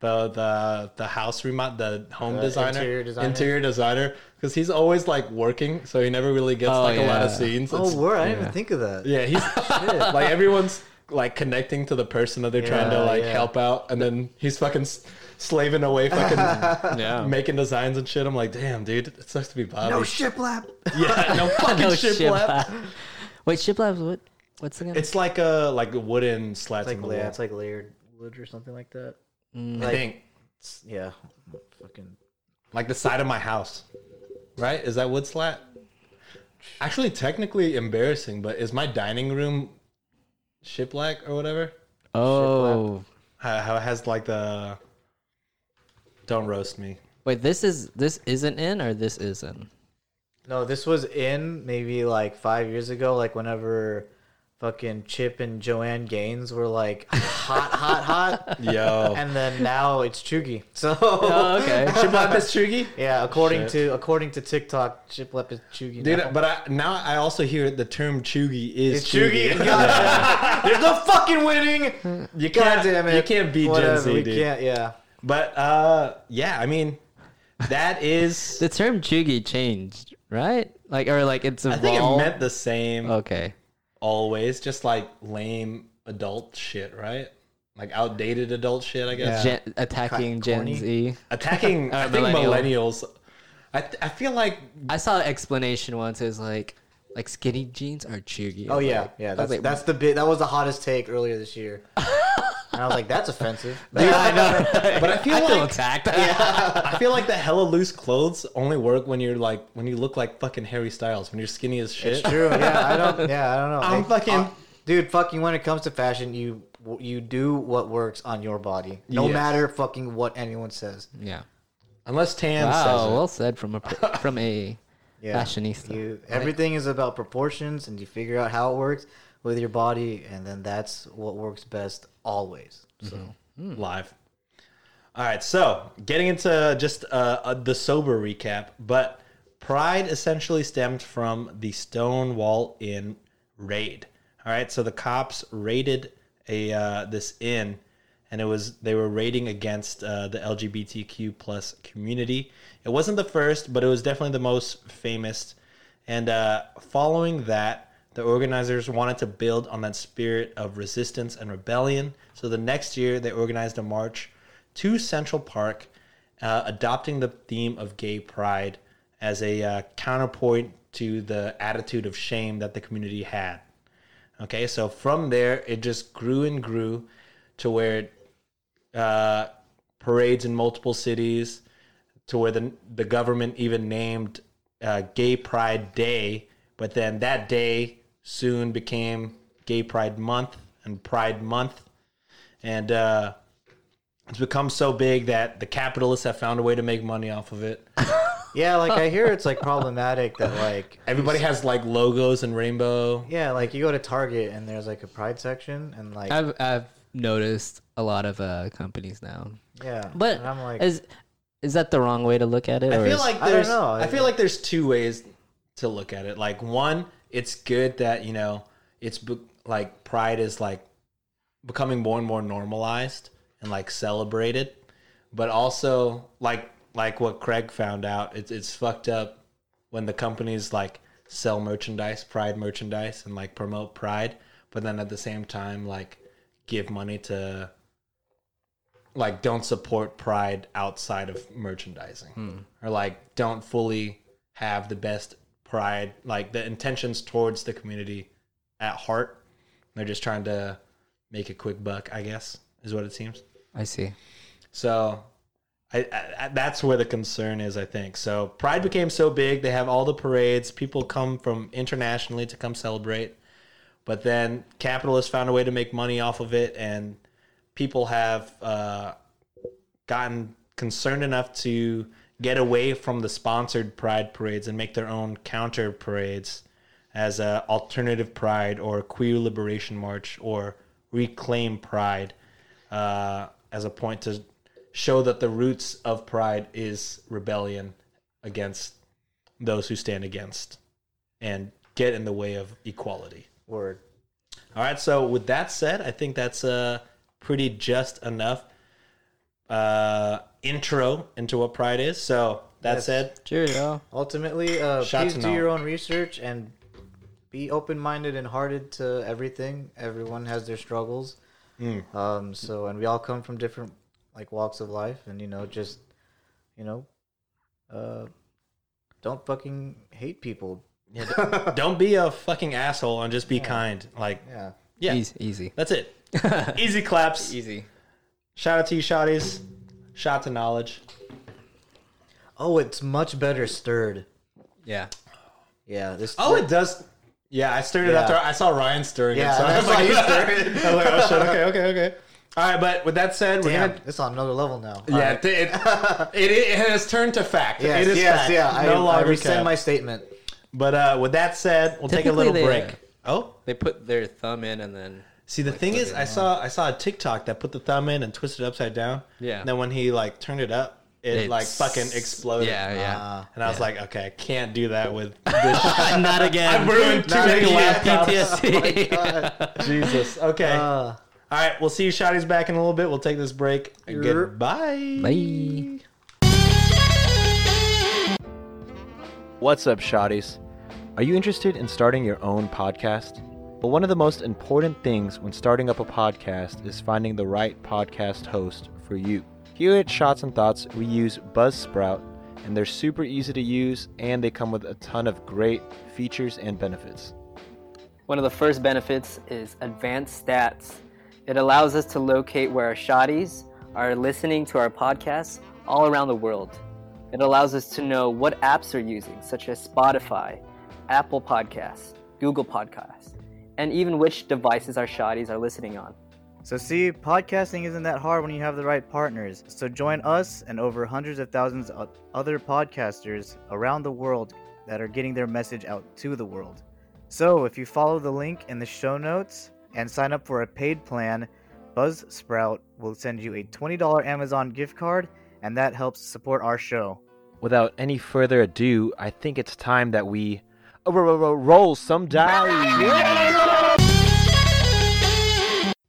[SPEAKER 3] the the the house remod, the home
[SPEAKER 2] The
[SPEAKER 3] designer,
[SPEAKER 2] interior designer?
[SPEAKER 3] interior designer, because he's always like working, so he never really gets
[SPEAKER 4] Oh,
[SPEAKER 3] like a lot of
[SPEAKER 4] yeah.
[SPEAKER 3] scenes. It's-
[SPEAKER 2] Oh, word! I didn't
[SPEAKER 4] Yeah.
[SPEAKER 2] even think of that.
[SPEAKER 3] Yeah, he's like everyone's like connecting to the person that they're trying to
[SPEAKER 2] Yeah,
[SPEAKER 3] like
[SPEAKER 2] yeah.
[SPEAKER 3] help out, and then he's fucking s- slaving away, fucking
[SPEAKER 4] Yeah.
[SPEAKER 3] making designs and shit. I'm like, damn, dude, it sucks to be Bobby.
[SPEAKER 2] No shiplap.
[SPEAKER 3] yeah, no fucking
[SPEAKER 4] no
[SPEAKER 3] shiplap.
[SPEAKER 4] shiplap. Wait, shiplap's what? What's the name?
[SPEAKER 3] It's like a like wooden slats
[SPEAKER 2] It's
[SPEAKER 3] in
[SPEAKER 2] like
[SPEAKER 3] the
[SPEAKER 2] la-
[SPEAKER 3] wall.
[SPEAKER 2] it's like layered wood or something like that.
[SPEAKER 4] Mm.
[SPEAKER 3] I think
[SPEAKER 2] It's- yeah. Fucking.
[SPEAKER 3] like the side of my house, right? Is that wood slat? Actually, technically embarrassing, but is my dining room shiplap or whatever?
[SPEAKER 4] oh,
[SPEAKER 3] How, how it has like the don't roast me.
[SPEAKER 4] wait. This is this isn't in or this isn't.
[SPEAKER 2] No, this was in maybe like five years ago. Like whenever fucking Chip and Joanne Gaines were like hot, hot, hot,
[SPEAKER 3] Yo.
[SPEAKER 2] and then now it's Chugi. So
[SPEAKER 4] Oh, okay.
[SPEAKER 3] Shiblap is Chugi?
[SPEAKER 2] yeah, according to according to TikTok, Chip Lep is Chugi.
[SPEAKER 3] Dude,
[SPEAKER 2] now.
[SPEAKER 3] but I, now I also hear the term Chugi is
[SPEAKER 2] It's
[SPEAKER 3] Chugi.
[SPEAKER 2] Chugi. Goddamn. There's no fucking winning.
[SPEAKER 3] You can't,
[SPEAKER 2] God damn it.
[SPEAKER 3] You can't beat
[SPEAKER 2] Whatever,
[SPEAKER 3] Gen Z,
[SPEAKER 2] we
[SPEAKER 3] dude.
[SPEAKER 2] can't. Yeah.
[SPEAKER 3] But uh, yeah, I mean, that is.
[SPEAKER 4] The term "chugi" changed, right? Like, or like it's
[SPEAKER 3] I
[SPEAKER 4] evolved.
[SPEAKER 3] think it meant the same
[SPEAKER 4] okay.
[SPEAKER 3] always, just like lame adult shit, right? Like outdated adult shit, I guess.
[SPEAKER 4] Gen, attacking Gen
[SPEAKER 2] corny.
[SPEAKER 4] Z.
[SPEAKER 3] Attacking,
[SPEAKER 4] Uh,
[SPEAKER 3] I think
[SPEAKER 4] millennial.
[SPEAKER 3] millennials. I, th- I feel like
[SPEAKER 4] I saw an explanation once. It was like, like skinny jeans are "chugi."
[SPEAKER 2] Oh yeah,
[SPEAKER 4] Like, I
[SPEAKER 2] yeah.
[SPEAKER 4] was
[SPEAKER 2] That's
[SPEAKER 4] like,
[SPEAKER 2] that's the bit. That was the hottest take earlier this year. and I was like, that's offensive. I know.
[SPEAKER 3] But I feel
[SPEAKER 4] I feel
[SPEAKER 3] like-
[SPEAKER 4] attacked.
[SPEAKER 3] I feel like the hella loose clothes only work when you're like when you look like fucking Harry Styles when you're skinny as shit.
[SPEAKER 2] It's true. Yeah, I don't. Yeah, I don't know. uh,
[SPEAKER 3] I'm fucking-
[SPEAKER 2] dude. Fucking when it comes to fashion, you you do what works on your body, no
[SPEAKER 3] Yes.
[SPEAKER 2] matter fucking what anyone says.
[SPEAKER 4] yeah.
[SPEAKER 3] Unless Tan says
[SPEAKER 4] Wow.
[SPEAKER 3] it.
[SPEAKER 4] Well said from a from a
[SPEAKER 2] Yeah,
[SPEAKER 4] fashionista.
[SPEAKER 2] You everything is about proportions, and you figure out how it works with your body, and then that's what works best always. So
[SPEAKER 3] live. All right, so getting into just uh, uh, the sober recap, but Pride essentially stemmed from the Stonewall Inn raid. All right, so the cops raided a uh, this inn, and it was they were raiding against uh, the LGBTQ plus community. It wasn't the first, but it was definitely the most famous. And uh, following that, the organizers wanted to build on that spirit of resistance and rebellion. So the next year, they organized a march to Central Park, uh, adopting the theme of gay pride as a uh, counterpoint to the attitude of shame that the community had. Okay, so from there, it just grew and grew to where uh, parades in multiple cities, to where the the government even named uh, Gay Pride Day, but then that day soon became Gay Pride Month and Pride Month, and uh, it's become so big that the capitalists have found a way to make money off of it.
[SPEAKER 4] Mm-hmm.
[SPEAKER 2] yeah, like I hear it's like problematic that like
[SPEAKER 3] Everybody has like logos and rainbow.
[SPEAKER 2] yeah, like you go to Target and there's like a pride section, and like
[SPEAKER 4] I've I've noticed a lot of uh, companies now,
[SPEAKER 2] yeah,
[SPEAKER 4] but
[SPEAKER 2] and I'm like
[SPEAKER 4] is is that the wrong way to look at it?
[SPEAKER 3] I
[SPEAKER 4] or
[SPEAKER 3] feel
[SPEAKER 4] is-
[SPEAKER 3] like
[SPEAKER 2] I don't
[SPEAKER 3] there's I,
[SPEAKER 2] know.
[SPEAKER 3] feel like there's two ways to look at it. Like one, it's good that you know it's be- like pride is like becoming more and more normalized and like celebrated, but also like like what Craig found out, it's it's fucked up when the companies like sell merchandise, pride merchandise, and like promote pride, but then at the same time like give money to like don't support pride outside of merchandising or like don't fully have the best pride like the intentions towards the community at heart they're just trying to make a quick buck i guess is what it seems
[SPEAKER 4] I see.
[SPEAKER 3] so I, I, I- that's where the concern is, I think. So Pride became so big, they have all the parades. People come from internationally to come celebrate. But then capitalists found a way to make money off of it, and people have uh, gotten concerned enough to get away from the sponsored Pride parades and make their own counter parades as a alternative Pride or queer liberation march or reclaim Pride uh, as a point to show that the roots of pride is rebellion against those who stand against and get in the way of equality.
[SPEAKER 2] word.
[SPEAKER 3] All right, so with that said, I think that's uh, pretty just enough uh, intro into what pride is. So that said,
[SPEAKER 4] Cheerio.
[SPEAKER 2] ultimately uh,
[SPEAKER 3] Shots
[SPEAKER 2] please
[SPEAKER 3] and
[SPEAKER 2] do
[SPEAKER 3] all.
[SPEAKER 2] your own research and be open-minded and hearted to everything everyone has their struggles
[SPEAKER 3] Hmm.
[SPEAKER 2] um, so and we all come from different like walks of life and you know just you know uh, don't fucking hate people
[SPEAKER 3] don't be a fucking asshole and just be kind. Like,
[SPEAKER 2] yeah
[SPEAKER 3] Yeah.
[SPEAKER 4] Easy. Easy.
[SPEAKER 3] that's it. Easy claps.
[SPEAKER 4] Easy.
[SPEAKER 3] Shout out to you, shotties. Shout to knowledge.
[SPEAKER 2] oh it's much better stirred
[SPEAKER 4] Yeah.
[SPEAKER 2] yeah this
[SPEAKER 3] Oh, it does. Yeah, I stirred it
[SPEAKER 2] Yeah.
[SPEAKER 3] after I saw Ryan stirring
[SPEAKER 2] yeah
[SPEAKER 3] it. So I
[SPEAKER 2] that's
[SPEAKER 3] was
[SPEAKER 2] why
[SPEAKER 3] like,
[SPEAKER 2] you stirred it.
[SPEAKER 3] I was like, oh shit, okay, okay, okay. All right, but with that said, we're
[SPEAKER 2] Damn,
[SPEAKER 3] gonna.
[SPEAKER 2] it's on another level now
[SPEAKER 3] Yeah, it, it, it, it has turned to fact.
[SPEAKER 2] yes,
[SPEAKER 3] it is
[SPEAKER 2] yes
[SPEAKER 3] fact.
[SPEAKER 2] yeah
[SPEAKER 3] no
[SPEAKER 2] I, I
[SPEAKER 3] longer
[SPEAKER 2] rescind
[SPEAKER 3] cap.
[SPEAKER 2] my statement
[SPEAKER 3] But uh, with that said, we'll take a
[SPEAKER 4] Typically
[SPEAKER 3] little
[SPEAKER 4] they-
[SPEAKER 3] break. Oh,
[SPEAKER 4] They put their thumb in and then
[SPEAKER 3] see the thing is, I saw I saw a TikTok that put the thumb in and twisted it upside down.
[SPEAKER 4] Yeah.
[SPEAKER 3] And then when he like turned it up, it
[SPEAKER 4] It's-
[SPEAKER 3] like fucking exploded.
[SPEAKER 4] yeah, yeah.
[SPEAKER 3] And I was like, okay, I can't do that with
[SPEAKER 4] Not again.
[SPEAKER 3] I've ruined too many laptops.
[SPEAKER 4] PTSD.
[SPEAKER 3] Jesus. Okay.
[SPEAKER 2] Uh,
[SPEAKER 3] All right, we'll see you shotties back in a little bit. We'll take this break. Goodbye.
[SPEAKER 4] Bye.
[SPEAKER 5] What's up, Shotties? Are you interested in starting your own podcast? Well, one of the most important things when starting up a podcast is finding the right podcast host for you. Here at Shots and Thoughts, we use Buzzsprout, and they're super easy to use, and they come with a ton of great features and benefits.
[SPEAKER 6] One of the first benefits is advanced stats. It allows us to locate where our shotties are listening to our podcasts all around the world. It allows us to know what apps are using, such as Spotify, Apple Podcasts, Google Podcasts, and even which devices our shotties are listening on.
[SPEAKER 7] So, see, podcasting isn't that hard when you have the right partners. So, join us and over hundreds of thousands of other podcasters around the world that are getting their message out to the world. So, if you follow the link in the show notes and sign up for a paid plan, Buzzsprout will send you a $20 Amazon gift card, and that helps support our show.
[SPEAKER 5] Without any further ado, I think it's time that we oh, ro- ro- ro- roll some dice.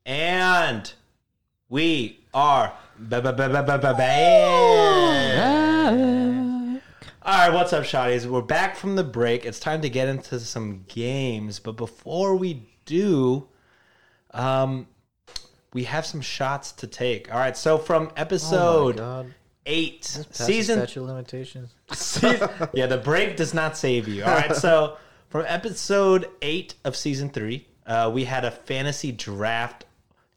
[SPEAKER 3] And we are ba- ba- ba- ba- ba- ba-
[SPEAKER 2] Ah.
[SPEAKER 3] back. All right, what's up, shotties? We're back from the break. It's time to get into some games, but before we do, um, we have some shots to take. All right, so from
[SPEAKER 2] oh my
[SPEAKER 3] episode
[SPEAKER 2] God.
[SPEAKER 3] eight,
[SPEAKER 2] Past the
[SPEAKER 3] season
[SPEAKER 2] statute of limitations.
[SPEAKER 3] Season- yeah, the break does not save you. All right, so from episode eight of season three, uh, we had a fantasy draft.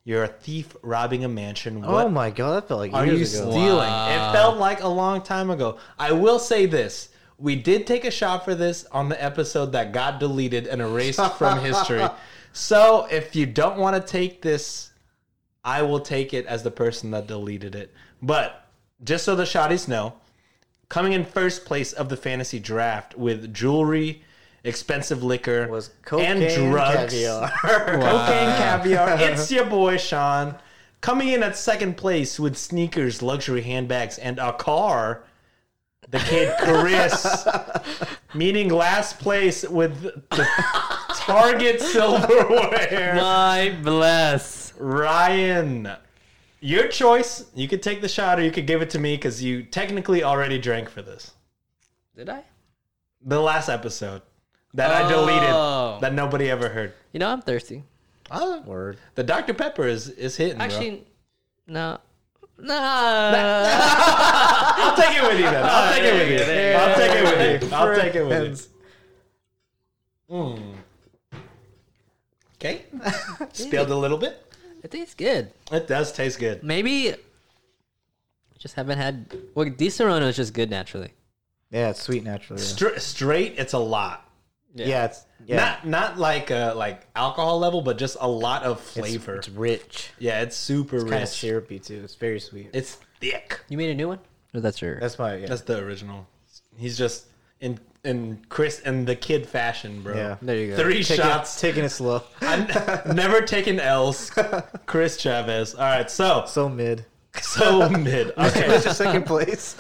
[SPEAKER 3] You're a thief robbing a mansion. What
[SPEAKER 2] Oh my god, that felt like
[SPEAKER 3] are you
[SPEAKER 2] years ago.
[SPEAKER 3] stealing? It felt like a long time ago. I will say this. We did take a shot for this on the episode that got deleted and erased from history. So if you don't want to take this, I will take it as the person that deleted it. But just so the shotties know, coming in first place of the fantasy draft with jewelry, expensive liquor,
[SPEAKER 2] was cocaine
[SPEAKER 3] and drugs.
[SPEAKER 2] caviar.
[SPEAKER 3] Cocaine caviar. It's your boy Sean. Coming in at second place with sneakers, luxury handbags, and a car. The kid Chris. Meeting last place with the Target silverware.
[SPEAKER 4] My bless.
[SPEAKER 3] Ryan. Your choice. You could take the shot or you could give it to me because you technically already drank for this.
[SPEAKER 4] Did I?
[SPEAKER 3] The last episode that I
[SPEAKER 4] Oh.
[SPEAKER 3] deleted that nobody ever heard.
[SPEAKER 4] You know, I'm thirsty.
[SPEAKER 2] Word.
[SPEAKER 3] Ah. The Dr. Pepper is, is hitting. bro.
[SPEAKER 4] Actually, no. No.
[SPEAKER 3] I'll take it with you then. I'll take it with you. I'll take it with you. I'll take it with you. Mm. Okay. Spilled a little bit.
[SPEAKER 4] It tastes good.
[SPEAKER 3] It does taste good.
[SPEAKER 4] Maybe just haven't had. Well, Di Serrano is just good naturally.
[SPEAKER 2] Yeah, it's sweet naturally. Yeah,
[SPEAKER 3] Stra- straight, it's a lot.
[SPEAKER 2] Yeah, it's yeah.
[SPEAKER 3] Not not like uh like alcohol level, but just a lot of
[SPEAKER 2] it's,
[SPEAKER 3] flavor.
[SPEAKER 2] It's rich.
[SPEAKER 3] yeah, it's super
[SPEAKER 2] Kind of
[SPEAKER 3] rich.
[SPEAKER 2] syrupy too. It's very sweet.
[SPEAKER 3] It's thick.
[SPEAKER 4] You made a new one? No, that's your.
[SPEAKER 2] That's my yeah.
[SPEAKER 3] That's the original. He's just in in Chris and the kid fashion, bro.
[SPEAKER 2] Yeah.
[SPEAKER 4] there you go.
[SPEAKER 3] Three
[SPEAKER 2] Taking it-
[SPEAKER 3] shots.
[SPEAKER 2] taking it slow.
[SPEAKER 3] I've never taken L's. Chris Chavez. All right, so
[SPEAKER 2] So mid.
[SPEAKER 3] so mid. Okay,
[SPEAKER 2] It's second place.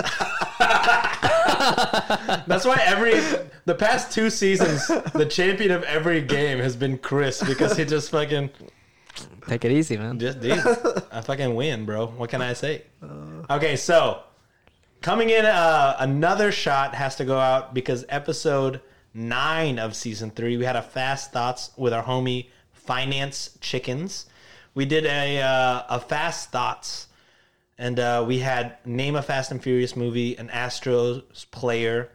[SPEAKER 3] that's why every the past two seasons, the champion of every game has been Chris because he just fucking
[SPEAKER 4] Take it easy, man.
[SPEAKER 3] just dude, I fucking win, bro. What can I say? Okay, so coming in, uh, another shot has to go out because episode nine of season three, we had a fast thoughts with our homie Finance Chickens. We did a uh, a fast thoughts. And uh, we had name a Fast and Furious movie, an Astros player,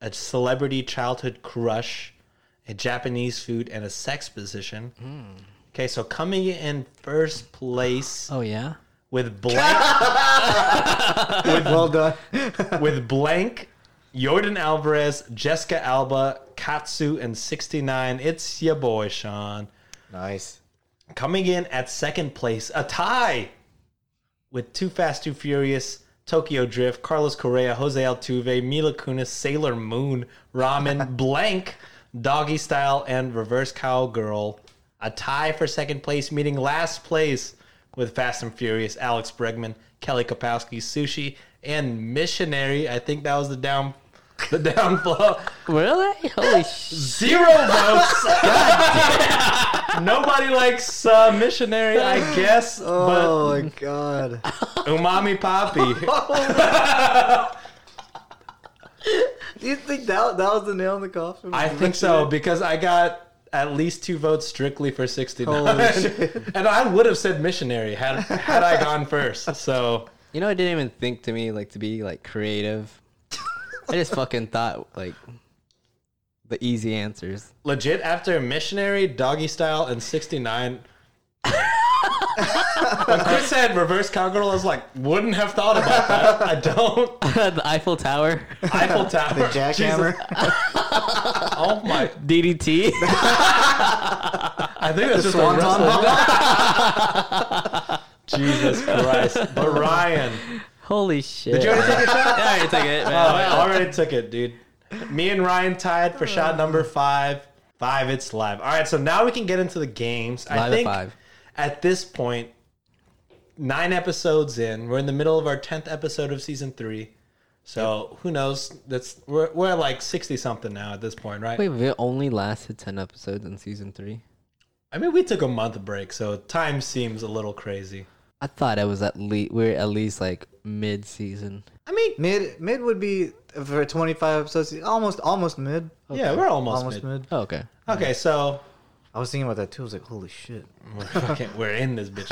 [SPEAKER 3] a celebrity childhood crush, a Japanese food, and a sex position. Okay, so coming in first place
[SPEAKER 4] Oh, yeah?
[SPEAKER 3] with blank
[SPEAKER 2] well done.
[SPEAKER 3] with blank Jordan Alvarez, Jessica Alba, Katsu, and sixty nine. It's your boy Sean
[SPEAKER 2] Nice.
[SPEAKER 3] coming in at second place, a tie with Too Fast, Too Furious, Tokyo Drift, Carlos Correa, Jose Altuve, Mila Kunis, Sailor Moon, Ramen, Blank, doggy style, and reverse cowgirl. A tie for second place, meeting last place with Fast and Furious, Alex Bregman, Kelly Kapowski, Sushi, and Missionary. I think that was the down, the downfall.
[SPEAKER 4] Really? Holy sh!
[SPEAKER 3] Zero votes. Nobody likes uh, Missionary, I guess.
[SPEAKER 2] Oh my god.
[SPEAKER 3] But Umami Poppy.
[SPEAKER 2] Do you think that that was the nail in the coffin?
[SPEAKER 3] I think so because I got at least two votes strictly for 69.
[SPEAKER 2] Holy shit.
[SPEAKER 3] and I would have said missionary had had I gone first. So
[SPEAKER 4] You know, I didn't even think to me like to be like creative. I just fucking thought like the easy answers.
[SPEAKER 3] legit after missionary, doggy style, and 69. when Chris said reverse cowgirl, I was like, wouldn't have thought about that. I don't.
[SPEAKER 4] the Eiffel Tower,
[SPEAKER 3] Eiffel Tower.
[SPEAKER 2] The jackhammer.
[SPEAKER 3] Oh my.
[SPEAKER 4] DDT.
[SPEAKER 3] I think that's just a
[SPEAKER 2] swan's on
[SPEAKER 3] wrestling. Jesus Christ. But Ryan.
[SPEAKER 4] Holy shit!
[SPEAKER 3] Did you already take a shot?
[SPEAKER 4] I already took it,
[SPEAKER 3] Oh,
[SPEAKER 4] man.
[SPEAKER 3] I already took it, dude. Me and Ryan tied for shot number five. Five, it's live. All right, so now we can get into the games. I
[SPEAKER 4] Live at
[SPEAKER 3] think
[SPEAKER 4] five.
[SPEAKER 3] at this point, nine episodes in, we're in the middle of our tenth episode of season three. So who knows? That's we're we're at like sixty something now at this point, right?
[SPEAKER 4] Wait, we only lasted ten episodes in season three.
[SPEAKER 3] I mean, we took a month break, so time seems a little crazy.
[SPEAKER 4] I thought it was at least we're at least like mid season.
[SPEAKER 3] I mean,
[SPEAKER 2] Mid mid would be for 25 episodes almost almost mid.
[SPEAKER 3] yeah, we're almost,
[SPEAKER 2] Almost
[SPEAKER 3] mid.
[SPEAKER 2] mid.
[SPEAKER 4] Oh, okay.
[SPEAKER 3] Okay, so
[SPEAKER 2] I was thinking about that too. I was like, holy shit.
[SPEAKER 3] We're fucking, we're in this bitch.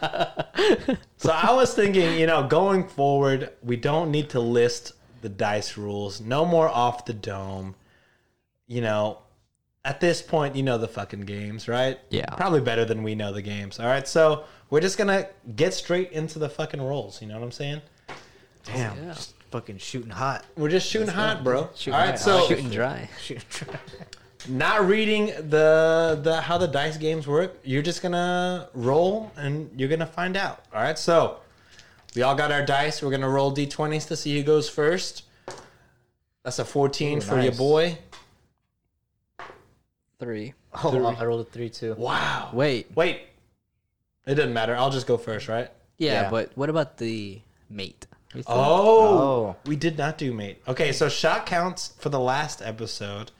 [SPEAKER 3] so I was thinking, you know, going forward, we don't need to list the dice rules. No more off the dome. You know, at this point, you know the fucking games, right?
[SPEAKER 4] Yeah.
[SPEAKER 3] Probably better than we know the games. All right, so we're just gonna get straight into the fucking rolls. You know what I'm saying?
[SPEAKER 2] Damn. Just fucking shooting hot.
[SPEAKER 3] We're just shooting hot, bro. all right,
[SPEAKER 4] dry.
[SPEAKER 3] so
[SPEAKER 4] shooting dry.
[SPEAKER 2] Shooting
[SPEAKER 3] not reading the the how the dice games work. You're just gonna roll and you're gonna find out. All right, so we all got our dice. We're gonna roll d20s to see who goes first. That's a 14 for your
[SPEAKER 2] nice.
[SPEAKER 3] boy.
[SPEAKER 4] Three.
[SPEAKER 2] Oh, I rolled a 3 2.
[SPEAKER 3] Wow.
[SPEAKER 4] Wait.
[SPEAKER 3] Wait. It doesn't matter. I'll just go first, right?
[SPEAKER 4] Yeah,
[SPEAKER 2] Yeah.
[SPEAKER 4] but what about the mate?
[SPEAKER 3] Oh,
[SPEAKER 2] Oh.
[SPEAKER 3] we did not do mate. Okay, so shot counts for the last episode.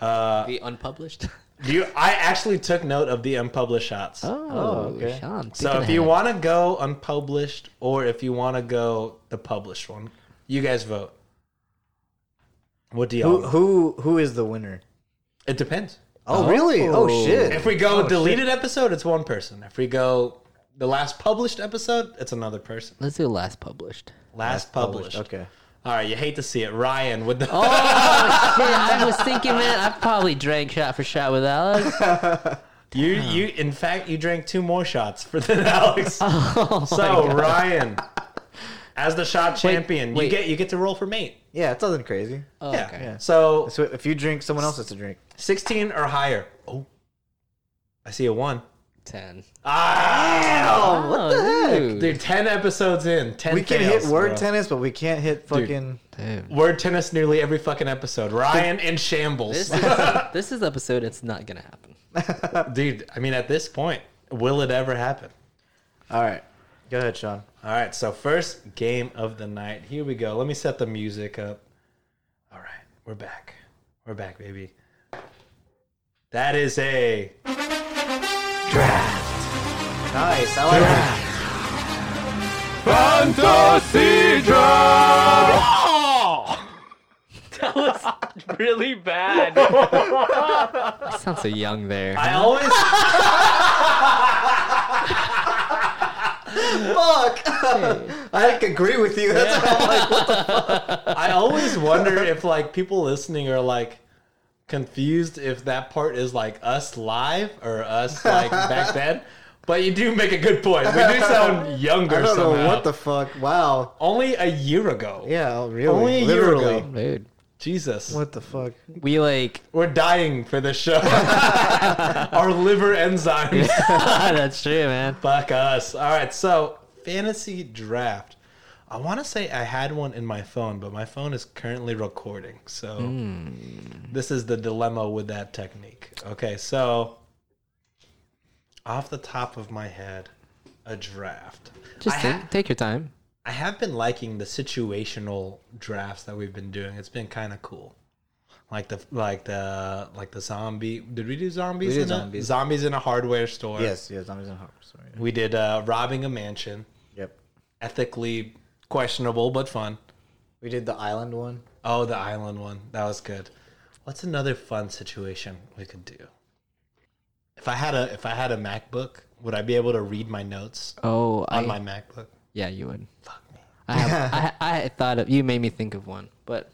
[SPEAKER 3] Uh,
[SPEAKER 4] the unpublished.
[SPEAKER 3] Do you? I actually took note of the unpublished shots.
[SPEAKER 4] Oh,
[SPEAKER 2] okay.
[SPEAKER 4] Sean,
[SPEAKER 3] So if you want to go unpublished or if you want to go the published one, you guys vote. What do y'all?
[SPEAKER 2] Who who who is the winner?
[SPEAKER 3] It depends.
[SPEAKER 2] Um, Oh, really? Oh shit.
[SPEAKER 3] If we go deleted episode, it's one person. If we go the last published episode, it's another person.
[SPEAKER 4] let's do last published.
[SPEAKER 3] Last, published.
[SPEAKER 2] Okay.
[SPEAKER 3] All right, you hate to see it, Ryan. With the
[SPEAKER 4] I was thinking, man, I probably drank shot for shot with Alex.
[SPEAKER 3] you, you. In fact, you drank two more shots for the Alex. so Ryan, as the shot champion, you
[SPEAKER 4] wait.
[SPEAKER 3] get you get to roll for mate.
[SPEAKER 2] Yeah, it's nothing crazy.
[SPEAKER 4] Oh,
[SPEAKER 3] yeah.
[SPEAKER 4] okay.
[SPEAKER 2] Yeah.
[SPEAKER 3] So
[SPEAKER 2] So if you drink, someone else has to drink.
[SPEAKER 3] 16 or higher. Oh, I see a one.
[SPEAKER 4] Ten.
[SPEAKER 3] Ah,
[SPEAKER 4] Oh, what the
[SPEAKER 3] dude, 10 episodes in. 10
[SPEAKER 2] We can
[SPEAKER 3] fails,
[SPEAKER 2] hit word
[SPEAKER 3] bro.
[SPEAKER 2] tennis, but we can't hit fucking.
[SPEAKER 3] Word tennis nearly every fucking episode. Ryan in shambles.
[SPEAKER 4] This is, this is episode. It's not gonna happen.
[SPEAKER 3] dude, I mean, at this point, will it ever happen?
[SPEAKER 2] All right. Go ahead, Sean.
[SPEAKER 3] All right, so first game of the night. Here we go. Let me set the music up. All right, we're back. We're back, baby. That is a
[SPEAKER 2] Nice. I like that.
[SPEAKER 1] Fantasy
[SPEAKER 6] Really bad.
[SPEAKER 4] I sound so young there.
[SPEAKER 3] I always. Fuck! I can agree with you. That's why I'm like, what the fuck? I always wonder if like people listening are like confused if that part is like us live or us like back then. But you do make a good point. We do sound younger
[SPEAKER 2] I don't
[SPEAKER 3] somehow.
[SPEAKER 2] know what the fuck. Wow.
[SPEAKER 3] Only a year ago.
[SPEAKER 2] Yeah, oh, really.
[SPEAKER 3] Only a
[SPEAKER 2] literally.
[SPEAKER 3] year ago.
[SPEAKER 4] Dude,
[SPEAKER 3] Jesus.
[SPEAKER 2] What the fuck?
[SPEAKER 4] we like.
[SPEAKER 3] We're dying for this show. Our liver enzymes.
[SPEAKER 4] That's true, man.
[SPEAKER 3] Fuck us. All right, so fantasy draft. I want to say I had one in my phone, but my phone is currently recording. So
[SPEAKER 2] Hmm.
[SPEAKER 3] this is the dilemma with that technique. Okay, so off the top of my head, a draft.
[SPEAKER 4] Just
[SPEAKER 3] I
[SPEAKER 4] take,
[SPEAKER 3] ha-
[SPEAKER 4] take your time.
[SPEAKER 3] I have been liking the situational drafts that we've been doing. It's been kind of cool. Like the like the like the zombie. Did we do zombies?
[SPEAKER 2] We did
[SPEAKER 3] in
[SPEAKER 2] zombies.
[SPEAKER 3] A, zombies in a hardware store.
[SPEAKER 2] Yes, yes, zombies and horror. Sorry.
[SPEAKER 3] We did uh, robbing a mansion.
[SPEAKER 2] Yep.
[SPEAKER 3] Ethically questionable but fun.
[SPEAKER 2] We did the island one.
[SPEAKER 3] Oh, the island one. That was good. What's another fun situation we could do? If I had a if I had a MacBook, would I be able to read my notes
[SPEAKER 4] Oh, I,
[SPEAKER 3] on my MacBook?
[SPEAKER 4] yeah, you would. Fuck me. I, have, I, I had thought of you made me think of one, but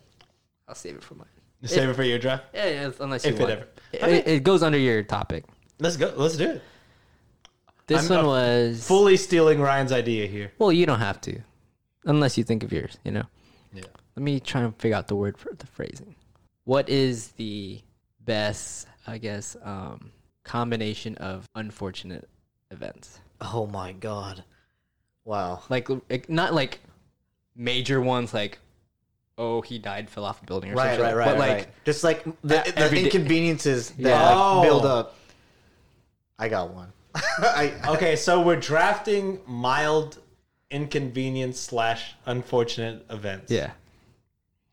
[SPEAKER 4] I'll save it for mine.
[SPEAKER 3] Save it for your draft.
[SPEAKER 4] Yeah, yeah it's- unless you
[SPEAKER 3] If it
[SPEAKER 4] want.
[SPEAKER 3] ever-
[SPEAKER 4] It, it- it goes under your topic.
[SPEAKER 3] Let's go. Let's do it.
[SPEAKER 4] This
[SPEAKER 3] I'm
[SPEAKER 4] one
[SPEAKER 3] a
[SPEAKER 4] was
[SPEAKER 3] Fully stealing Ryan's idea here.
[SPEAKER 4] well. You don't have to, unless you think of yours. You know.
[SPEAKER 3] Yeah.
[SPEAKER 4] Let me try and figure out the word for the phrasing. What is the best, I guess, um, combination of unfortunate events?
[SPEAKER 2] Oh my god. Wow.
[SPEAKER 4] Like, like, not like major ones, like oh he died, fell off a building, or
[SPEAKER 2] Right,
[SPEAKER 4] something.
[SPEAKER 2] right, right.
[SPEAKER 4] But like
[SPEAKER 2] right. just like e- the, the
[SPEAKER 4] every day-
[SPEAKER 2] inconveniences that
[SPEAKER 4] Yeah.
[SPEAKER 2] like, build
[SPEAKER 3] Oh.
[SPEAKER 2] up. I got one. I,
[SPEAKER 3] Okay, so we're drafting mild inconvenience slash unfortunate events.
[SPEAKER 4] yeah,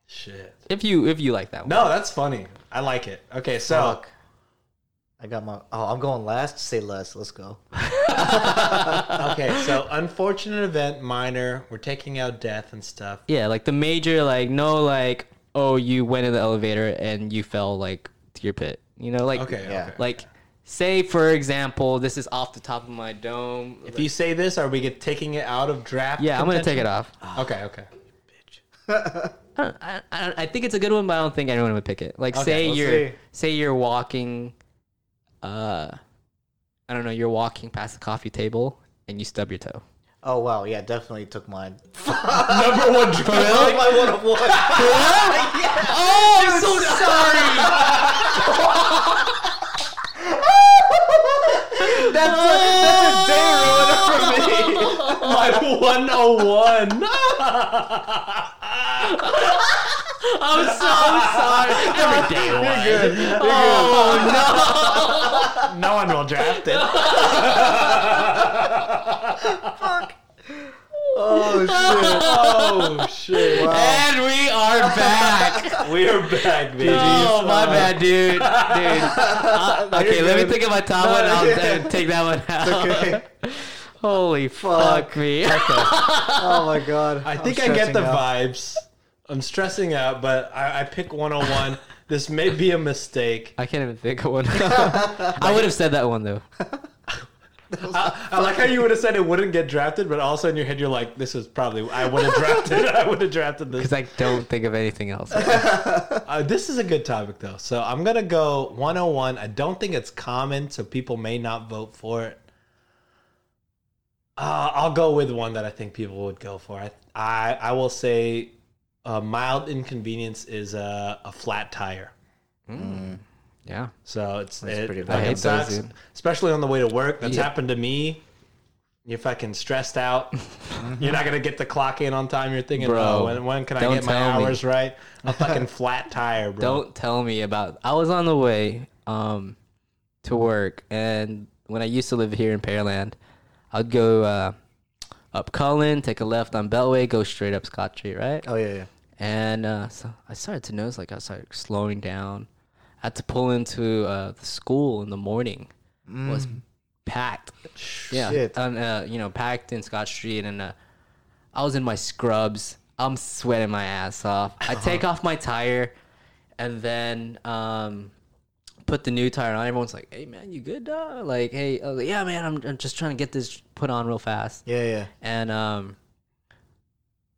[SPEAKER 3] Shit.
[SPEAKER 4] if you if you like that one,
[SPEAKER 3] No, that's funny. I like it. Okay, so
[SPEAKER 2] Fuck. I got my. Oh, I'm going last. Say less. Let's go.
[SPEAKER 3] okay, so unfortunate event minor. We're taking out death and stuff.
[SPEAKER 4] yeah, like the major, like no, like oh you went in the elevator and you fell like to your pit, you know, like
[SPEAKER 3] Okay.
[SPEAKER 2] Yeah.
[SPEAKER 3] okay.
[SPEAKER 4] like say for example, this is off the top of my dome.
[SPEAKER 3] if you say this, are we get, taking it out of draft?
[SPEAKER 4] yeah, I'm gonna take it off.
[SPEAKER 3] off. Okay. Okay.
[SPEAKER 4] I, don't- I, I, don't- I think it's a good one, but I don't think anyone would pick it. Like, say
[SPEAKER 3] let's
[SPEAKER 4] you're
[SPEAKER 2] see.
[SPEAKER 4] say you're walking, uh, I don't know, you're walking past the coffee table and you stub your toe.
[SPEAKER 2] Oh wow, yeah, definitely took mine.
[SPEAKER 3] Number one drill.
[SPEAKER 2] I would have won.
[SPEAKER 4] Oh, I'm so sorry.
[SPEAKER 3] oh My 101.
[SPEAKER 4] I'm so sorry. Every day one. Oh
[SPEAKER 3] No one will draft it.
[SPEAKER 2] Oh
[SPEAKER 3] Oh
[SPEAKER 2] shit.
[SPEAKER 3] shit!
[SPEAKER 4] no! And we are back.
[SPEAKER 3] We are back, baby.
[SPEAKER 4] Oh my bad, dude. Dude. Uh, okay,
[SPEAKER 2] You're
[SPEAKER 4] let
[SPEAKER 2] good.
[SPEAKER 4] me think of my top one. I'll
[SPEAKER 2] yeah.
[SPEAKER 4] uh, take that one out.
[SPEAKER 2] Okay.
[SPEAKER 4] Holy fuck,
[SPEAKER 2] Fuck.
[SPEAKER 4] me.
[SPEAKER 2] Oh my god.
[SPEAKER 3] I think I get the vibes. I'm stressing out, but I, I pick 101. this may be a mistake.
[SPEAKER 4] I can't even think of one. I would have said that one though.
[SPEAKER 3] I like how you would have said it wouldn't get drafted, but also in your head you're like, "This was probably I would have drafted. I would have drafted this."
[SPEAKER 4] because I don't think of anything else.
[SPEAKER 3] Uh, this is a good topic though, so I'm gonna go 101. I don't think it's common, so people may not vote for it. Uh, I'll go with one that I think people would go for. I I, I will say a mild inconvenience is a, a flat tire.
[SPEAKER 4] yeah,
[SPEAKER 3] So it's it,
[SPEAKER 2] pretty bad.
[SPEAKER 3] fucking
[SPEAKER 4] I hate those,
[SPEAKER 3] sucks,
[SPEAKER 4] dude.
[SPEAKER 3] especially on the way to work. That's
[SPEAKER 4] Yeah.
[SPEAKER 3] happened to me. You're fucking stressed out. You're not gonna get the clock in on time. You're thinking,
[SPEAKER 4] Bro,
[SPEAKER 3] oh, when, when can I
[SPEAKER 4] don't
[SPEAKER 3] get my
[SPEAKER 4] tell me.
[SPEAKER 3] hours right? A fucking flat tire, bro.
[SPEAKER 4] don't tell me about. I was on the way um to work, and when I used to live here in Pearland, I'd go uh, up Cullen, take a left on Beltway, go straight up Scott Street, right?
[SPEAKER 2] Oh yeah, yeah.
[SPEAKER 4] And uh, so I started to notice like I started slowing down. I had to pull into uh, the school in the morning. It was packed. Yeah,
[SPEAKER 2] Shit.
[SPEAKER 4] and uh, you know, packed in Scott Street, and uh, I was in my scrubs. I'm sweating my ass off. I take off my tire, and then um, put the new tire on. Everyone's like, "Hey man, you good?" Dog? Like, "Hey, I was like, yeah man, I'm, I'm just trying to get this put on real fast."
[SPEAKER 2] Yeah, yeah.
[SPEAKER 4] and um,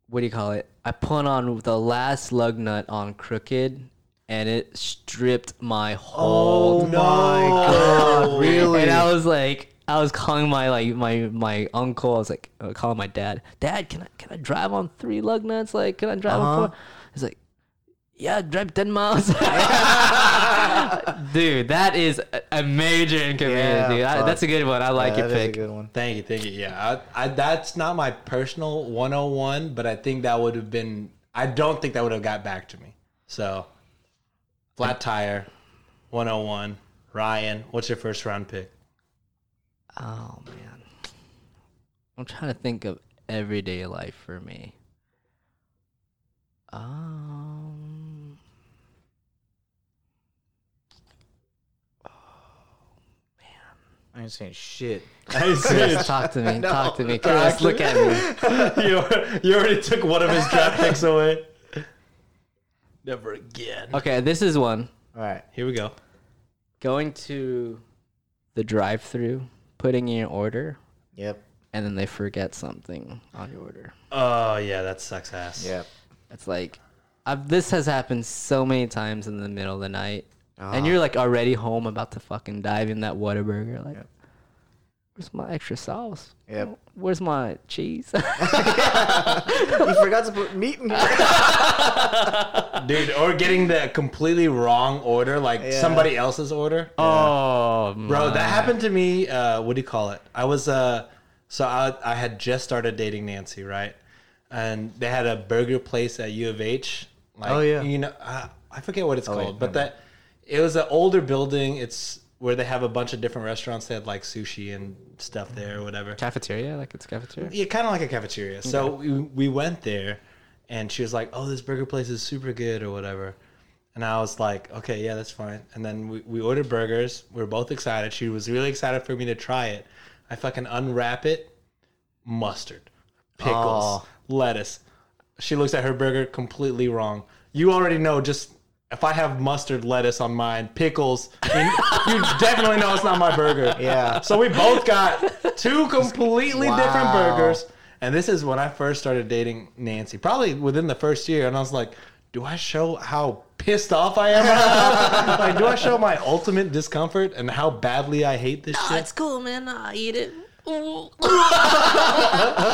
[SPEAKER 4] what do you call it? I put on the last lug nut on crooked, and it stripped my
[SPEAKER 2] Oh,
[SPEAKER 4] whole.
[SPEAKER 2] my god, really?
[SPEAKER 4] And I was like, I was calling my like my my uncle. I was like uh, calling my dad. Dad, can I can I drive on three lug
[SPEAKER 2] Uh-huh.
[SPEAKER 4] nuts? Like, can I drive on four? He's like, Yeah, drive ten miles. dude, that is a- a major inconvenience,
[SPEAKER 2] Yeah,
[SPEAKER 4] dude. I-
[SPEAKER 2] fuck.
[SPEAKER 4] that's a good one. I like
[SPEAKER 2] Yeah,
[SPEAKER 4] your
[SPEAKER 2] that is a
[SPEAKER 4] pick.
[SPEAKER 2] good one.
[SPEAKER 3] Thank you, thank you. Yeah, I, I, that's not my personal 101, but I think that would have been. I don't think that would have got back to me. So, flat tire, 101. Ryan, what's your first round pick?
[SPEAKER 4] Oh man, I'm trying to think of everyday life for me. Um,
[SPEAKER 2] I ain't saying shit.
[SPEAKER 4] Chris, talk to me. Talk to me, Chris. Look at me.
[SPEAKER 3] you, you already took one of his draft picks away. Never again.
[SPEAKER 4] Okay, this is one.
[SPEAKER 2] All right.
[SPEAKER 3] Here we go.
[SPEAKER 4] Going to the drive-through, putting in your order,
[SPEAKER 2] Yep.
[SPEAKER 4] and then they forget something on your order.
[SPEAKER 3] Oh yeah, that sucks ass.
[SPEAKER 2] Yep.
[SPEAKER 4] It's like, I've, this has happened so many times in the middle of the night, and you're like already home, about to fucking dive in that Whataburger. Like, where's my extra sauce?
[SPEAKER 2] Yep.
[SPEAKER 4] Where's my cheese?
[SPEAKER 2] you forgot to put meat in here.
[SPEAKER 3] Dude, or getting the completely wrong order, like somebody else's order.
[SPEAKER 4] oh, my.
[SPEAKER 3] Bro, that happened to me. Uh, what do you call it? I was uh, so I I had just started dating Nancy, right? And they had a burger place at U of H. Like,
[SPEAKER 2] Oh, yeah.
[SPEAKER 3] you know, uh, I forget what it's
[SPEAKER 2] wait,
[SPEAKER 3] called, but
[SPEAKER 2] never
[SPEAKER 3] that it was an older building. It's where they have a bunch of different restaurants that had like sushi and stuff there or whatever.
[SPEAKER 4] cafeteria, like it's cafeteria.
[SPEAKER 3] Yeah, kind of like a cafeteria. So we, we went there, and she was like, "Oh, this burger place is super good," or whatever. And I was like, "Okay, yeah, that's fine." And then we, we ordered burgers. We were both excited. She was really excited for me to try it. I fucking unwrap it, mustard, pickles,
[SPEAKER 2] Oh.
[SPEAKER 3] lettuce. She looks at her burger completely wrong. You already know just. If I have mustard, lettuce on mine, pickles, you, you definitely know it's not my burger.
[SPEAKER 2] Yeah.
[SPEAKER 3] So we both got two completely different
[SPEAKER 2] Wow.
[SPEAKER 3] burgers. And this is when I first started dating Nancy, probably within the first year. And I was like, do I show how pissed off I am? right now? like, do I show my ultimate discomfort and how badly I hate this shit?
[SPEAKER 4] cool, man. I eat it.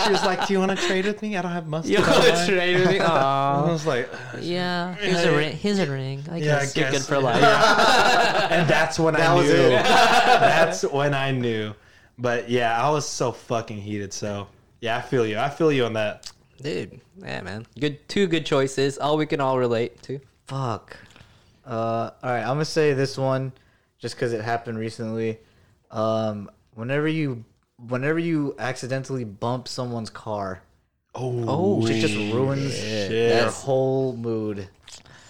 [SPEAKER 3] She was like, do you want to trade with me? I don't have mustard.
[SPEAKER 4] You
[SPEAKER 3] on
[SPEAKER 4] want to
[SPEAKER 3] mine."
[SPEAKER 4] trade with me? Aw.
[SPEAKER 3] I was like,
[SPEAKER 4] yeah. Here's a ring. Here's a ring. I
[SPEAKER 3] yeah, I
[SPEAKER 4] guess,
[SPEAKER 3] guess.
[SPEAKER 4] you're good for life.
[SPEAKER 3] and that's when I
[SPEAKER 2] That was
[SPEAKER 3] knew.
[SPEAKER 2] it.
[SPEAKER 3] that's when I knew. But yeah, I was so fucking heated. So yeah, I feel you. I feel you on that.
[SPEAKER 4] Dude, yeah, man. Good, two good choices. All we can all relate to.
[SPEAKER 2] Fuck. Uh, all right, I'm gonna say this one, just because it happened recently. Um, whenever you, whenever you accidentally bump someone's car,
[SPEAKER 3] Oh,
[SPEAKER 2] it just ruins their
[SPEAKER 3] shit.
[SPEAKER 2] whole mood.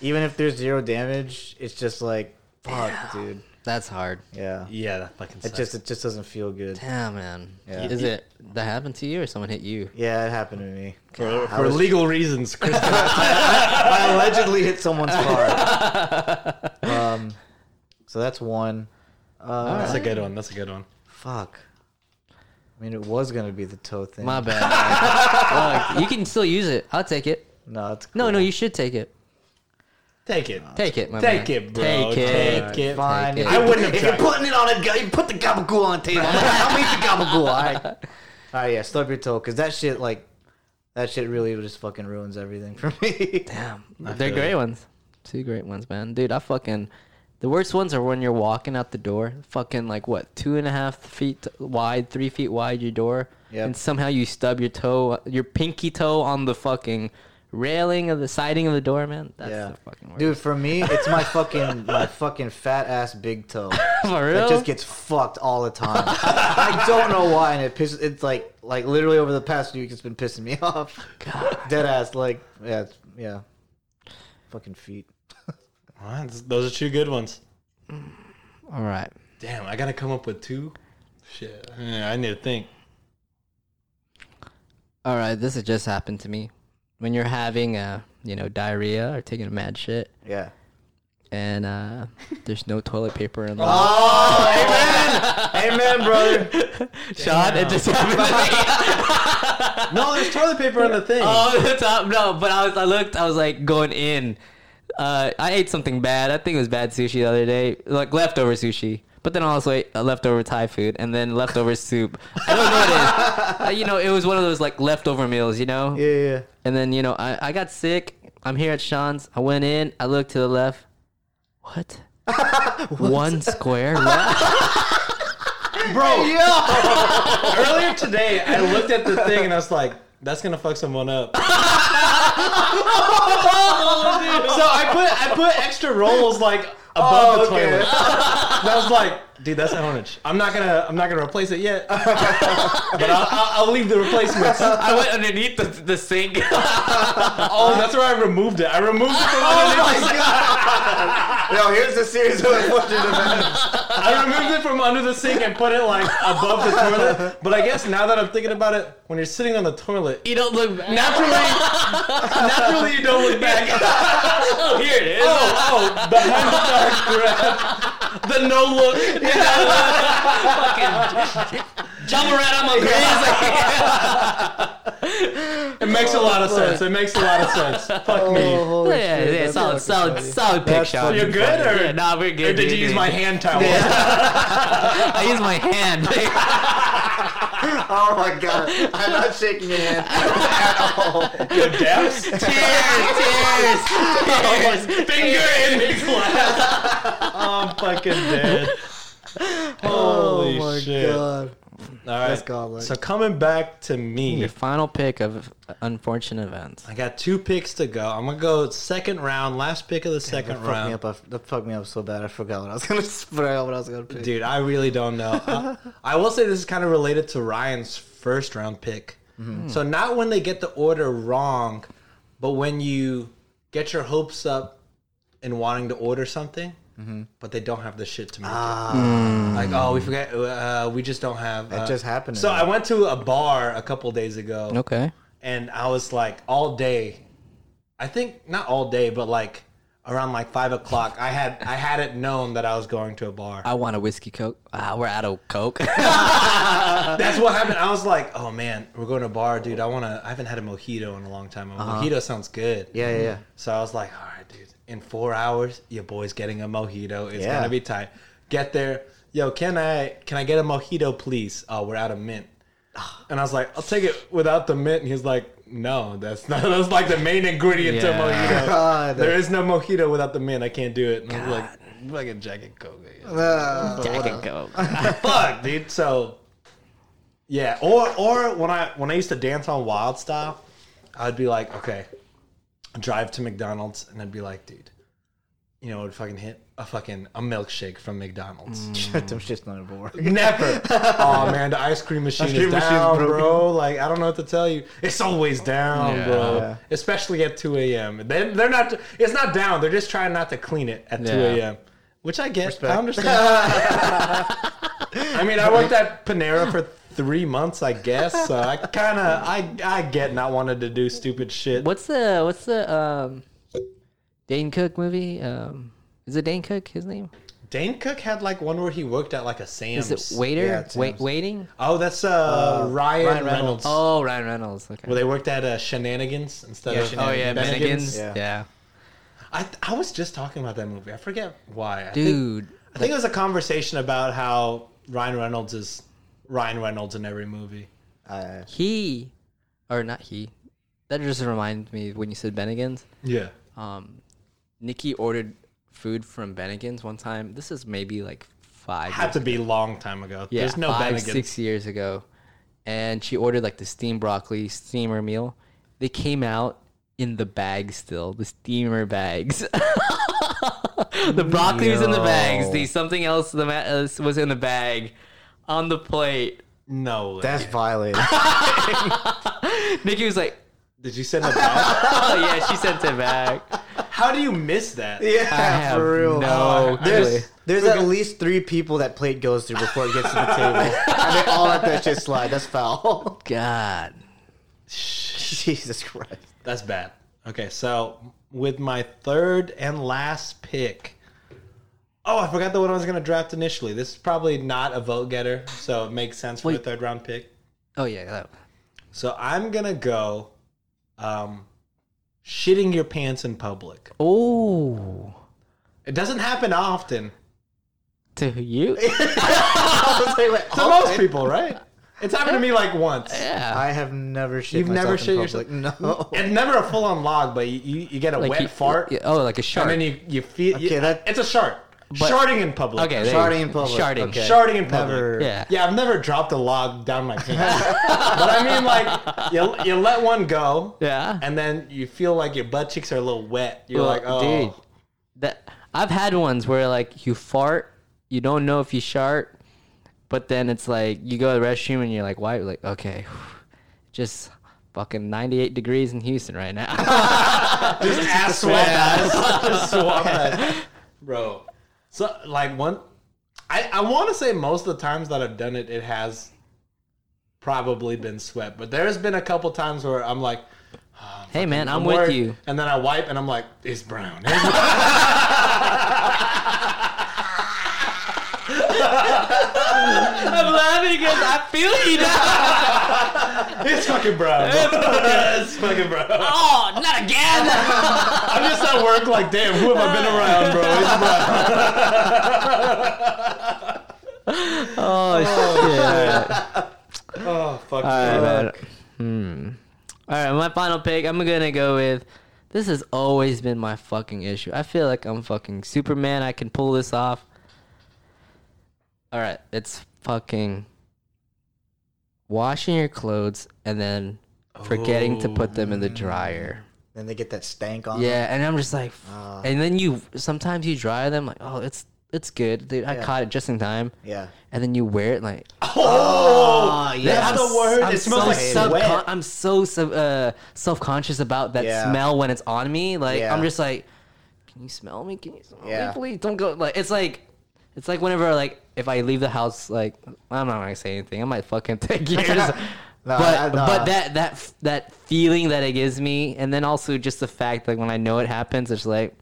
[SPEAKER 2] Even if there's zero damage, it's just like fuck, dude.
[SPEAKER 4] That's hard.
[SPEAKER 2] Yeah,
[SPEAKER 3] Yeah, that fucking
[SPEAKER 2] it
[SPEAKER 3] sucks.
[SPEAKER 2] just it just doesn't feel good.
[SPEAKER 4] Yeah, man.
[SPEAKER 2] Yeah.
[SPEAKER 4] Is it that happened to you or someone hit you?
[SPEAKER 2] Yeah, it happened to me.
[SPEAKER 3] for,
[SPEAKER 2] I
[SPEAKER 3] for
[SPEAKER 2] was-
[SPEAKER 3] legal reasons, Kristen.
[SPEAKER 2] I allegedly hit someone's car. um, so that's one.
[SPEAKER 3] that's a good one. That's a good one.
[SPEAKER 2] Fuck. I mean, it was gonna be the toe thing.
[SPEAKER 4] My bad. Look, you can still use it. I'll take it.
[SPEAKER 2] no, it's
[SPEAKER 4] No,
[SPEAKER 2] cool.
[SPEAKER 4] no, you should take it.
[SPEAKER 3] Take it.
[SPEAKER 4] Take it, my
[SPEAKER 3] Take
[SPEAKER 4] man.
[SPEAKER 3] it, bro.
[SPEAKER 4] Take it.
[SPEAKER 3] Take it.
[SPEAKER 2] Fine.
[SPEAKER 4] Take it.
[SPEAKER 2] If you
[SPEAKER 3] I wouldn't
[SPEAKER 2] put-
[SPEAKER 3] have
[SPEAKER 2] If you're
[SPEAKER 3] tried.
[SPEAKER 2] putting it on a gun, you put the gabagool on the table. I'm like, I'll eat the gabagool. All right. All right, yeah, stub your toe, cause that shit like, that shit really just fucking ruins everything for me.
[SPEAKER 4] Damn, they're great ones. Two great ones, man. Dude, I fucking. The worst ones are when you're walking out the door, fucking like what, two and a half feet wide, three feet wide your door,
[SPEAKER 2] Yep.
[SPEAKER 4] and somehow you stub your toe, your pinky toe on the fucking railing of the siding of the door, man. That's
[SPEAKER 2] yeah,
[SPEAKER 4] the fucking worst.
[SPEAKER 2] dude. For me, it's my fucking my fucking fat ass big toe.
[SPEAKER 4] for real.
[SPEAKER 2] It just gets fucked all the time. I don't know why, and it pisses. It's like like literally over the past week, it's been pissing me off. Dead ass. Like yeah, it's, yeah. Fucking feet.
[SPEAKER 3] All right, th- Those are two good ones.
[SPEAKER 4] All right.
[SPEAKER 3] Damn, I gotta come up with two. Shit, yeah, I need to think.
[SPEAKER 4] All right, this has just happened to me. When you're having uh, you know, diarrhea or taking a mad shit
[SPEAKER 2] Yeah.
[SPEAKER 4] and uh there's no toilet paper in the
[SPEAKER 2] Oh, Amen, brother.
[SPEAKER 4] Sean, it just happened to me.
[SPEAKER 3] No, there's toilet paper on the thing.
[SPEAKER 4] Oh, the top. No, but I was. I looked. I was like going in. Uh, I ate something bad. I think it was bad sushi the other day, like leftover sushi. But then I also ate uh, leftover Thai food and then leftover soup. I don't know what it is. Uh, you know, it was one of those like leftover meals. You know.
[SPEAKER 2] Yeah, yeah, yeah.
[SPEAKER 4] And then you know, I, I got sick. I'm here at Sean's. I went in. I looked to the left. What? One square left.
[SPEAKER 3] Bro, earlier today, I looked at the thing and I was like, that's gonna fuck someone up. So I put I put extra rolls like above the toilet. And I was like, Oh, dude, that's an orange. I'm not gonna I'm not gonna replace it yet. but I'll, I'll, I'll leave the replacements.
[SPEAKER 8] I went underneath the, the sink.
[SPEAKER 3] Oh, that's where I removed it. I removed it from underneath. the sink.
[SPEAKER 2] No, here's a series of unfortunate events.
[SPEAKER 3] I removed it from under the sink and put it like above the toilet. But I guess now that I'm thinking about it, when you're sitting on the toilet,
[SPEAKER 8] you don't look back.
[SPEAKER 3] naturally, naturally you don't look back.
[SPEAKER 8] Oh, here it is.
[SPEAKER 3] Oh, oh, behind the dark grab. The no look.
[SPEAKER 8] Jump around on my
[SPEAKER 3] It makes a lot of sense. It makes a lot of sense. Fuck me.
[SPEAKER 2] Oh, holy
[SPEAKER 8] Yeah,
[SPEAKER 2] shit,
[SPEAKER 8] yeah,
[SPEAKER 2] that's
[SPEAKER 8] solid,
[SPEAKER 2] fucking
[SPEAKER 8] solid,
[SPEAKER 2] funny.
[SPEAKER 8] solid pick,
[SPEAKER 2] That's
[SPEAKER 8] Sean.
[SPEAKER 2] fucking
[SPEAKER 3] You're good, or,
[SPEAKER 8] Yeah, nah, we're good.
[SPEAKER 3] or did you
[SPEAKER 8] dude,
[SPEAKER 3] use
[SPEAKER 8] dude.
[SPEAKER 3] my hand towel?
[SPEAKER 8] I used my hand.
[SPEAKER 2] Oh my god, I'm not shaking your hand Oh at all.
[SPEAKER 3] Your depths?
[SPEAKER 8] tears, tears, tears.
[SPEAKER 3] Finger in the glass. I'm fucking dead.
[SPEAKER 2] Oh
[SPEAKER 3] Holy
[SPEAKER 2] my
[SPEAKER 3] shit.
[SPEAKER 2] god.
[SPEAKER 3] All right.
[SPEAKER 2] That's Hmm. goblet.
[SPEAKER 3] So coming back to me,
[SPEAKER 4] Your final pick of unfortunate events.
[SPEAKER 3] I got two picks to go. I'm gonna go second round, last pick of the second
[SPEAKER 2] That fucked me
[SPEAKER 3] round.
[SPEAKER 2] up. I, that fucked me up so bad. I forgot what I was gonna. forgot what I was gonna pick.
[SPEAKER 3] Dude, I really don't know. Uh, I will say this is kind of related to Ryan's first round pick.
[SPEAKER 2] Mm-hmm.
[SPEAKER 3] So not when they get the order wrong, but when you get your hopes up in wanting to order something,
[SPEAKER 2] Mm-hmm.
[SPEAKER 3] but they don't have the shit to make it. Like, oh, we forget. Uh, we just don't have.
[SPEAKER 2] Ah. That
[SPEAKER 3] uh,
[SPEAKER 2] just happened to
[SPEAKER 3] So
[SPEAKER 2] me.
[SPEAKER 3] I went to a bar a couple days ago.
[SPEAKER 4] Okay.
[SPEAKER 3] and I was like all day. I think not all day, but like around like five o'clock. I had I had it known that I was going to a bar.
[SPEAKER 4] I want a whiskey coke. Ah, we're out of coke.
[SPEAKER 3] That's what happened. I was like, oh man, we're going to a bar, dude. I wanna. I haven't had a mojito in a long time. A mojito sounds good.
[SPEAKER 2] Uh-huh. Yeah, yeah, yeah.
[SPEAKER 3] So I was like, all right, dude. In four hours, your boy's getting a mojito. It's
[SPEAKER 2] Yeah.
[SPEAKER 3] gonna be tight. Get there. Yo, can I can I get a mojito, please? Oh, we're out of mint.
[SPEAKER 2] Ah.
[SPEAKER 3] And I was like, I'll take it without the mint. And he's like, No, that's not. That's like the main ingredient to a
[SPEAKER 4] Yeah.
[SPEAKER 3] mojito.
[SPEAKER 2] God.
[SPEAKER 3] There is no mojito without the mint. I can't do it. And I was like, fucking jacket coke.
[SPEAKER 2] Uh,
[SPEAKER 4] Second coke.
[SPEAKER 3] Fuck, dude. So, yeah. Or or when I when I used to dance on Wild Style, I'd be like, okay, drive to McDonald's, and I'd be like, dude, you know, what would fucking hit a fucking a milkshake from McDonald's.
[SPEAKER 2] them shit's not boring.
[SPEAKER 3] Never. oh man, the ice cream machine
[SPEAKER 2] cream
[SPEAKER 3] is
[SPEAKER 2] machine's
[SPEAKER 3] down,
[SPEAKER 2] broken.
[SPEAKER 3] bro. Like I don't know what to tell you. It's always down,
[SPEAKER 8] Yeah.
[SPEAKER 3] bro.
[SPEAKER 2] Yeah.
[SPEAKER 3] Especially at two a.m. They, they're not. It's not down. They're just trying not to clean it at two
[SPEAKER 4] Yeah.
[SPEAKER 3] a.m. Which I get. I understand. I mean, I worked at Panera for three months, I guess. So I kind of, I, I get not wanted to do stupid shit.
[SPEAKER 4] What's the what's the um Dane Cook movie? Um is it Dane Cook his name?
[SPEAKER 3] Dane Cook had like one where he worked at like a Sam's.
[SPEAKER 4] Is it waiter?
[SPEAKER 2] Yeah, it's
[SPEAKER 4] Wait,
[SPEAKER 2] Sam's.
[SPEAKER 4] waiting?
[SPEAKER 3] Oh, that's uh, Ryan,
[SPEAKER 2] Ryan
[SPEAKER 3] Reynolds.
[SPEAKER 2] Reynolds.
[SPEAKER 4] Oh, Ryan Reynolds. Okay.
[SPEAKER 3] Well, they worked at uh, Shenanigans instead of
[SPEAKER 4] oh yeah, Bennigan's.
[SPEAKER 2] Yeah.
[SPEAKER 4] Yeah.
[SPEAKER 3] I, I was just talking about that movie. I forget why. I think,
[SPEAKER 4] Dude.
[SPEAKER 3] I think it was a conversation about how Ryan Reynolds is Ryan Reynolds in every movie.
[SPEAKER 2] I,
[SPEAKER 4] He or not he. That just reminds me when you said Bennigan's.
[SPEAKER 3] Yeah.
[SPEAKER 4] Um Nikki ordered food from Bennigan's one time. This is maybe like five
[SPEAKER 3] Had to be a long time ago.
[SPEAKER 4] yeah,
[SPEAKER 3] There's no
[SPEAKER 4] five,
[SPEAKER 3] Bennigan.
[SPEAKER 4] six years ago, and she ordered like the steamed broccoli steamer meal. They came out in the bag still, the steamer bags. the broccoli was in the bags. The something else the ma- uh, was in the bag, on the plate.
[SPEAKER 3] No. way.
[SPEAKER 2] that's violating.
[SPEAKER 4] Nikki was like,
[SPEAKER 3] Did you send it back?
[SPEAKER 4] "Oh yeah," she sent it back.
[SPEAKER 3] how do you miss that?
[SPEAKER 2] yeah,
[SPEAKER 4] have
[SPEAKER 2] for real.
[SPEAKER 4] no
[SPEAKER 2] there's
[SPEAKER 4] clue.
[SPEAKER 2] there's at least three people that plate goes through before it gets to the table, and they all let that shit slide. That's foul.
[SPEAKER 4] God,
[SPEAKER 2] Jesus Christ.
[SPEAKER 3] That's bad. Okay, so with my third and last pick. Oh, I forgot the one I was going to draft initially. This is probably not a vote getter, so it makes sense for a
[SPEAKER 4] Wait.
[SPEAKER 3] third round pick.
[SPEAKER 4] oh yeah, that-
[SPEAKER 3] So I'm gonna go, um, shitting your pants in public.
[SPEAKER 4] oh
[SPEAKER 3] It doesn't happen often
[SPEAKER 4] to you,
[SPEAKER 2] I was like, wait,
[SPEAKER 3] to
[SPEAKER 2] all
[SPEAKER 3] most
[SPEAKER 2] right.
[SPEAKER 3] people, right? It's happened to me like once.
[SPEAKER 4] yeah.
[SPEAKER 2] I have never shit.
[SPEAKER 3] You've
[SPEAKER 2] myself
[SPEAKER 3] never
[SPEAKER 2] in
[SPEAKER 3] shit
[SPEAKER 2] public. No.
[SPEAKER 3] It's never a full on log, but you, you, you get a
[SPEAKER 4] Like
[SPEAKER 3] wet
[SPEAKER 4] you-
[SPEAKER 3] fart,
[SPEAKER 4] yeah, oh, like a shark.
[SPEAKER 3] and then you you feel.
[SPEAKER 2] Okay, that-
[SPEAKER 3] it's a shark.
[SPEAKER 4] But-
[SPEAKER 3] Sharding in public.
[SPEAKER 4] Okay, there you-
[SPEAKER 2] Sharding in public.
[SPEAKER 4] Sharding.
[SPEAKER 2] Okay.
[SPEAKER 3] Sharding in public.
[SPEAKER 2] Never-
[SPEAKER 4] Yeah.
[SPEAKER 3] Yeah, I've never dropped a log down my pants. but I mean, like, you, you let one go.
[SPEAKER 4] Yeah.
[SPEAKER 3] And then you feel like your butt cheeks are a little wet. You're
[SPEAKER 4] Well,
[SPEAKER 3] like, oh.
[SPEAKER 4] dude, that I've had ones where like you fart, you don't know if you shart, but then it's like you go to the restroom and you're like, why? Like, okay, just fucking 98 degrees in Houston right now.
[SPEAKER 3] Just ass swap ass. Just swap ass. Bro. So, like, one, I, I want to say most of the times that I've done it, it has probably been sweat. But there's been a couple times where I'm like,
[SPEAKER 4] hey man, I'm
[SPEAKER 3] worried.
[SPEAKER 4] with you.
[SPEAKER 3] And then I wipe and I'm like, it's brown. It's
[SPEAKER 4] I'm laughing because I feel you now.
[SPEAKER 3] It's fucking brown. it's fucking brown. Oh, not again. I'm just at work like, damn, who have I been around, bro? It's brown.
[SPEAKER 4] Oh shit.
[SPEAKER 3] Oh, fuck.
[SPEAKER 4] All right, man. Hmm. All right, my final pick. I'm gonna go with. This has always been my fucking issue. I feel like I'm fucking Superman. I can pull this off. All right, it's fucking washing your clothes and then forgetting to put them in the dryer.
[SPEAKER 2] Then they get that stank on. them.
[SPEAKER 4] Yeah, and I'm just like, f- and then you sometimes you dry them like, oh, it's it's good. Dude, I caught it just in time.
[SPEAKER 2] Yeah.
[SPEAKER 4] And then you wear it like
[SPEAKER 2] Oh, yeah.
[SPEAKER 3] That's the word.
[SPEAKER 4] I'm
[SPEAKER 3] it smells
[SPEAKER 4] so
[SPEAKER 3] like
[SPEAKER 4] subcon-
[SPEAKER 3] sweat.
[SPEAKER 4] I'm so sub- uh, self conscious about that
[SPEAKER 2] Yeah.
[SPEAKER 4] smell when it's on me. Like
[SPEAKER 2] Yeah.
[SPEAKER 4] I'm just like, can you smell me? Can you smell
[SPEAKER 2] Yeah.
[SPEAKER 4] me? Please don't go. Like it's like, it's like whenever like if I leave the house, like I'm not gonna say anything. I might fucking take years.
[SPEAKER 2] Nah,
[SPEAKER 4] but
[SPEAKER 2] nah.
[SPEAKER 4] but that that f- that feeling that it gives me, and then also just the fact like when I know it happens, it's like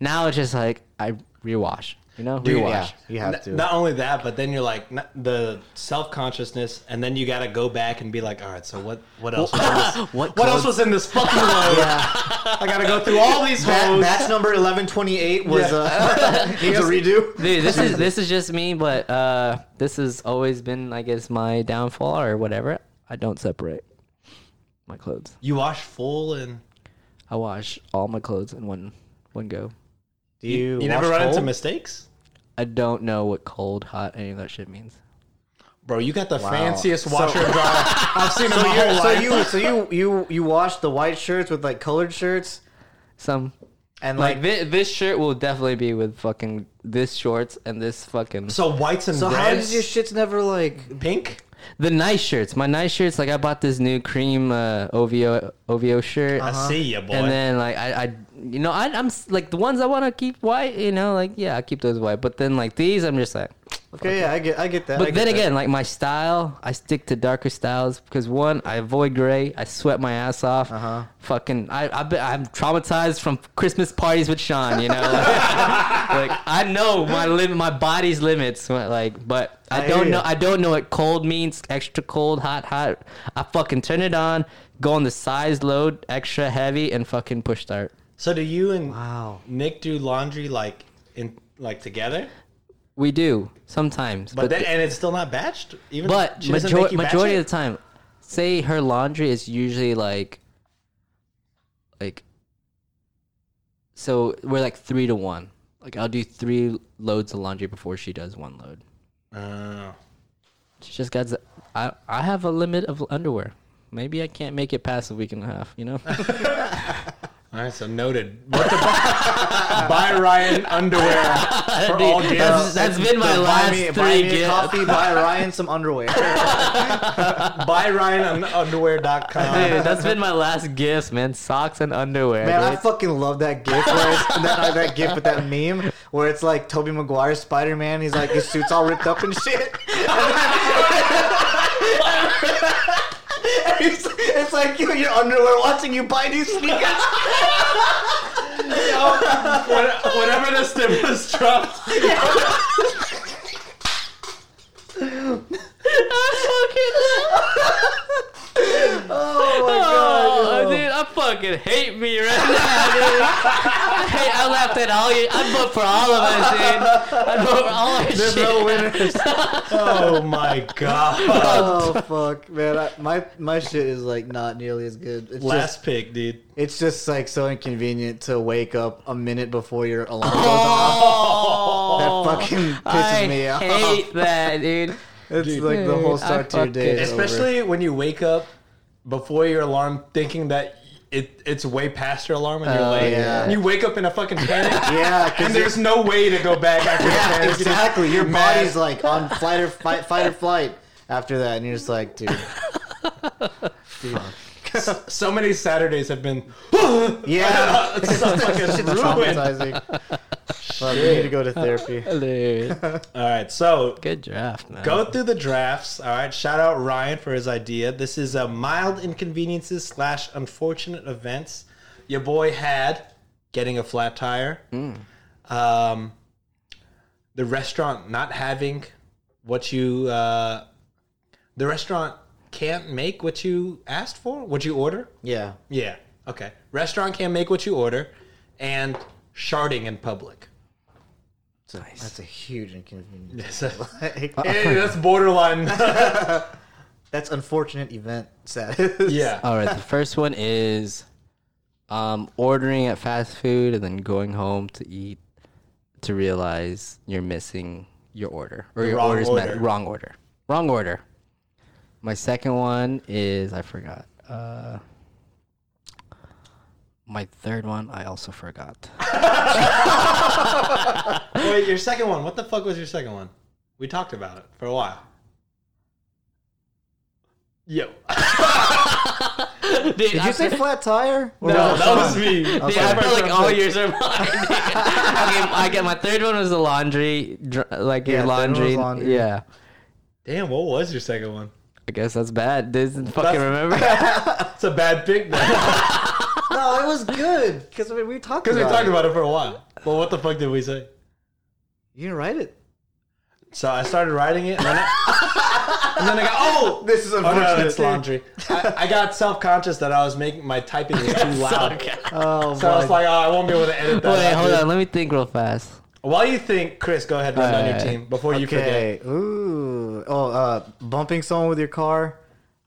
[SPEAKER 4] now it's just like I rewash. You know,
[SPEAKER 2] Dude,
[SPEAKER 4] rewash.
[SPEAKER 2] yeah, you have to.
[SPEAKER 3] Not only that, but then you're like n- the self consciousness, and then you got to go back and be like, all right, so what? What else? was in this, what else was in this fucking load? I got to go through all these
[SPEAKER 2] Bat,
[SPEAKER 3] holes.
[SPEAKER 2] batch number 1128 was uh, needs a redo.
[SPEAKER 4] Dude, this is this is just me, but uh, this has always been, I guess, my downfall or whatever. I don't separate my clothes.
[SPEAKER 3] you wash full and
[SPEAKER 4] I wash all my clothes in one one go.
[SPEAKER 2] Do you,
[SPEAKER 3] you never
[SPEAKER 2] wash
[SPEAKER 3] run into
[SPEAKER 2] cold?
[SPEAKER 3] mistakes.
[SPEAKER 4] I don't know what cold, hot, any of that shit means.
[SPEAKER 3] Bro, you got the fanciest washer and dryer I've seen in my whole
[SPEAKER 2] So
[SPEAKER 3] life.
[SPEAKER 2] you so you you you wash the white shirts with like colored shirts
[SPEAKER 4] Some
[SPEAKER 2] and like,
[SPEAKER 4] like this, this shirt will definitely be with fucking this shorts and this fucking
[SPEAKER 3] So whites and
[SPEAKER 2] so
[SPEAKER 3] reds,
[SPEAKER 2] how does your shits never like
[SPEAKER 3] pink.
[SPEAKER 4] the nice shirts. My nice shirts, like I bought this new cream uh, OVO OVO shirt.
[SPEAKER 3] I see ya, boy.
[SPEAKER 4] Uh-huh. And then like I, I you know I, I'm s- like the ones I want to keep white, you know, like yeah, I keep those white. But then like these, I'm just like.
[SPEAKER 2] okay, yeah I get I get that I
[SPEAKER 4] But
[SPEAKER 2] get
[SPEAKER 4] then
[SPEAKER 2] that.
[SPEAKER 4] again, like my style, I stick to darker styles because one, I avoid gray. I sweat my ass off. Uh-huh. Fucking, I, I be, I'm traumatized from Christmas parties with Sean. You know, like, like, I know my lim- my body's limits. Like, but I,
[SPEAKER 2] I hear
[SPEAKER 4] don't
[SPEAKER 2] ya.
[SPEAKER 4] know. I don't know what cold means. Extra cold, hot, hot. I fucking turn it on, go on the size load, extra heavy, and fucking push start.
[SPEAKER 3] so do you and
[SPEAKER 2] Wow.
[SPEAKER 3] Nick do laundry like in like together?
[SPEAKER 4] We do sometimes,
[SPEAKER 3] But, then, and it's still not batched. Even
[SPEAKER 4] But
[SPEAKER 3] she doesn't make
[SPEAKER 4] majority
[SPEAKER 3] you batch
[SPEAKER 4] majority
[SPEAKER 3] it?
[SPEAKER 4] of the time, say her laundry is usually like, like, so we're like three to one. Like I'll do three loads of laundry before she does one load.
[SPEAKER 3] Oh.
[SPEAKER 4] She just got. the- I I have a limit of underwear. Maybe I can't make it past a week and a half. You know.
[SPEAKER 3] All right, so noted. What the bu- buy Ryan underwear for all
[SPEAKER 4] Dude, that's,
[SPEAKER 3] gifts.
[SPEAKER 4] that's been my
[SPEAKER 2] Buy
[SPEAKER 4] last
[SPEAKER 2] me- buy
[SPEAKER 4] three
[SPEAKER 2] me a
[SPEAKER 4] gifts.
[SPEAKER 2] coffee buy Ryan some underwear
[SPEAKER 3] buy Ryan on underwear.com.
[SPEAKER 4] Dude, that's been my last gifts, man. Socks and underwear.
[SPEAKER 2] man I
[SPEAKER 4] dude.
[SPEAKER 2] fucking love that gift where it's, that uh, that gift with that meme where it's like Toby Maguire Spider Man he's like his suit's all ripped up and shit it's, it's like you your underwear watching you buy new sneakers.
[SPEAKER 3] When- Whenever the stimulus drops,
[SPEAKER 4] I fucking. oh my god! dude, I fuck. fucking hate me right now, dude. hey, I laughed at all you. I vote for all of us, dude. I vote for all our
[SPEAKER 2] There's
[SPEAKER 4] shit.
[SPEAKER 2] no winners.
[SPEAKER 3] Oh my god!
[SPEAKER 2] oh fuck, man! I, my my shit is like not nearly as good. It's just
[SPEAKER 3] Last pick, dude.
[SPEAKER 2] it's just like so inconvenient to wake up a minute before your alarm goes
[SPEAKER 4] Oh,
[SPEAKER 2] off. That fucking pisses
[SPEAKER 4] I
[SPEAKER 2] me off.
[SPEAKER 4] hate that, dude.
[SPEAKER 2] It's like the whole
[SPEAKER 4] Dude, I
[SPEAKER 2] start to your day,
[SPEAKER 4] fucking-
[SPEAKER 2] is over.
[SPEAKER 3] Especially when you wake up before your alarm, thinking that it it's way past your alarm and you're
[SPEAKER 4] Oh,
[SPEAKER 3] late.
[SPEAKER 2] yeah.
[SPEAKER 3] And you wake up in a fucking panic.
[SPEAKER 2] Yeah,
[SPEAKER 3] And
[SPEAKER 2] because
[SPEAKER 3] there's no way to go back after the panic.
[SPEAKER 2] exactly your
[SPEAKER 3] You're
[SPEAKER 2] body's
[SPEAKER 3] mad.
[SPEAKER 2] like on fight or fight, fight or flight after that, and you're just like, dude. Dude.
[SPEAKER 3] So many Saturdays have been
[SPEAKER 2] Yeah,
[SPEAKER 3] it's so fucking
[SPEAKER 2] shit's
[SPEAKER 3] ruined.
[SPEAKER 2] traumatizing. Well, you need to go to therapy.
[SPEAKER 4] Dude,
[SPEAKER 3] All right, so
[SPEAKER 4] good draft, man.
[SPEAKER 3] go through the drafts. All right, shout out Ryan for his idea. This is a mild inconveniences slash unfortunate events. Your boy had getting a flat tire. Um, the restaurant not having what you uh, the restaurant can't make what you asked for. What you order?
[SPEAKER 2] Yeah,
[SPEAKER 3] Yeah. Okay. Restaurant can't make what you order, and sharding in public.
[SPEAKER 2] it's a, that's a huge inconvenience.
[SPEAKER 3] Hey, that's borderline.
[SPEAKER 2] That's unfortunate event sad.
[SPEAKER 3] yeah.
[SPEAKER 4] All right, the first one is um, ordering at fast food and then going home to eat to realize you're missing your order or your
[SPEAKER 3] wrong
[SPEAKER 4] order's
[SPEAKER 3] order.
[SPEAKER 4] Met, wrong order. Wrong order. My second one is I forgot. Uh, my third one I also forgot.
[SPEAKER 3] Wait, your second one. What the fuck was your second one? We talked about it for a while. Yo.
[SPEAKER 4] Did
[SPEAKER 2] Did you say flat tire? Or
[SPEAKER 3] No,
[SPEAKER 2] was
[SPEAKER 3] that was me.
[SPEAKER 4] Dude, I feel like all yours are mine. okay, I get my third one was the laundry, dr- like
[SPEAKER 2] Yeah,
[SPEAKER 4] your
[SPEAKER 2] third one was
[SPEAKER 4] laundry.
[SPEAKER 2] laundry.
[SPEAKER 4] Yeah,
[SPEAKER 3] Damn, what was your second one?
[SPEAKER 4] I guess that's bad. Doesn't fucking
[SPEAKER 3] That's-
[SPEAKER 4] remember.
[SPEAKER 3] It's a bad pick then.
[SPEAKER 2] no, it was good because I mean, we talked
[SPEAKER 3] Because
[SPEAKER 2] about
[SPEAKER 3] we
[SPEAKER 2] it.
[SPEAKER 3] talked about it for a while. Well, what the fuck did we say?
[SPEAKER 2] You didn't write it.
[SPEAKER 3] So I started writing it, and then I, and then I got oh,
[SPEAKER 2] This is
[SPEAKER 3] oh
[SPEAKER 2] unfortunate.
[SPEAKER 3] no, it's laundry. I, I got self conscious that I was making my typing was too loud.
[SPEAKER 2] Oh
[SPEAKER 3] So I was
[SPEAKER 2] my.
[SPEAKER 3] like, oh, I won't be able to edit that.
[SPEAKER 4] Wait,
[SPEAKER 3] out,
[SPEAKER 4] hold
[SPEAKER 3] dude."
[SPEAKER 4] on. Let me think real fast.
[SPEAKER 3] While you think, Chris, go ahead run down your
[SPEAKER 4] Alright.
[SPEAKER 3] team before you forget.
[SPEAKER 2] Okay. Ooh. Oh, uh, bumping someone with your car,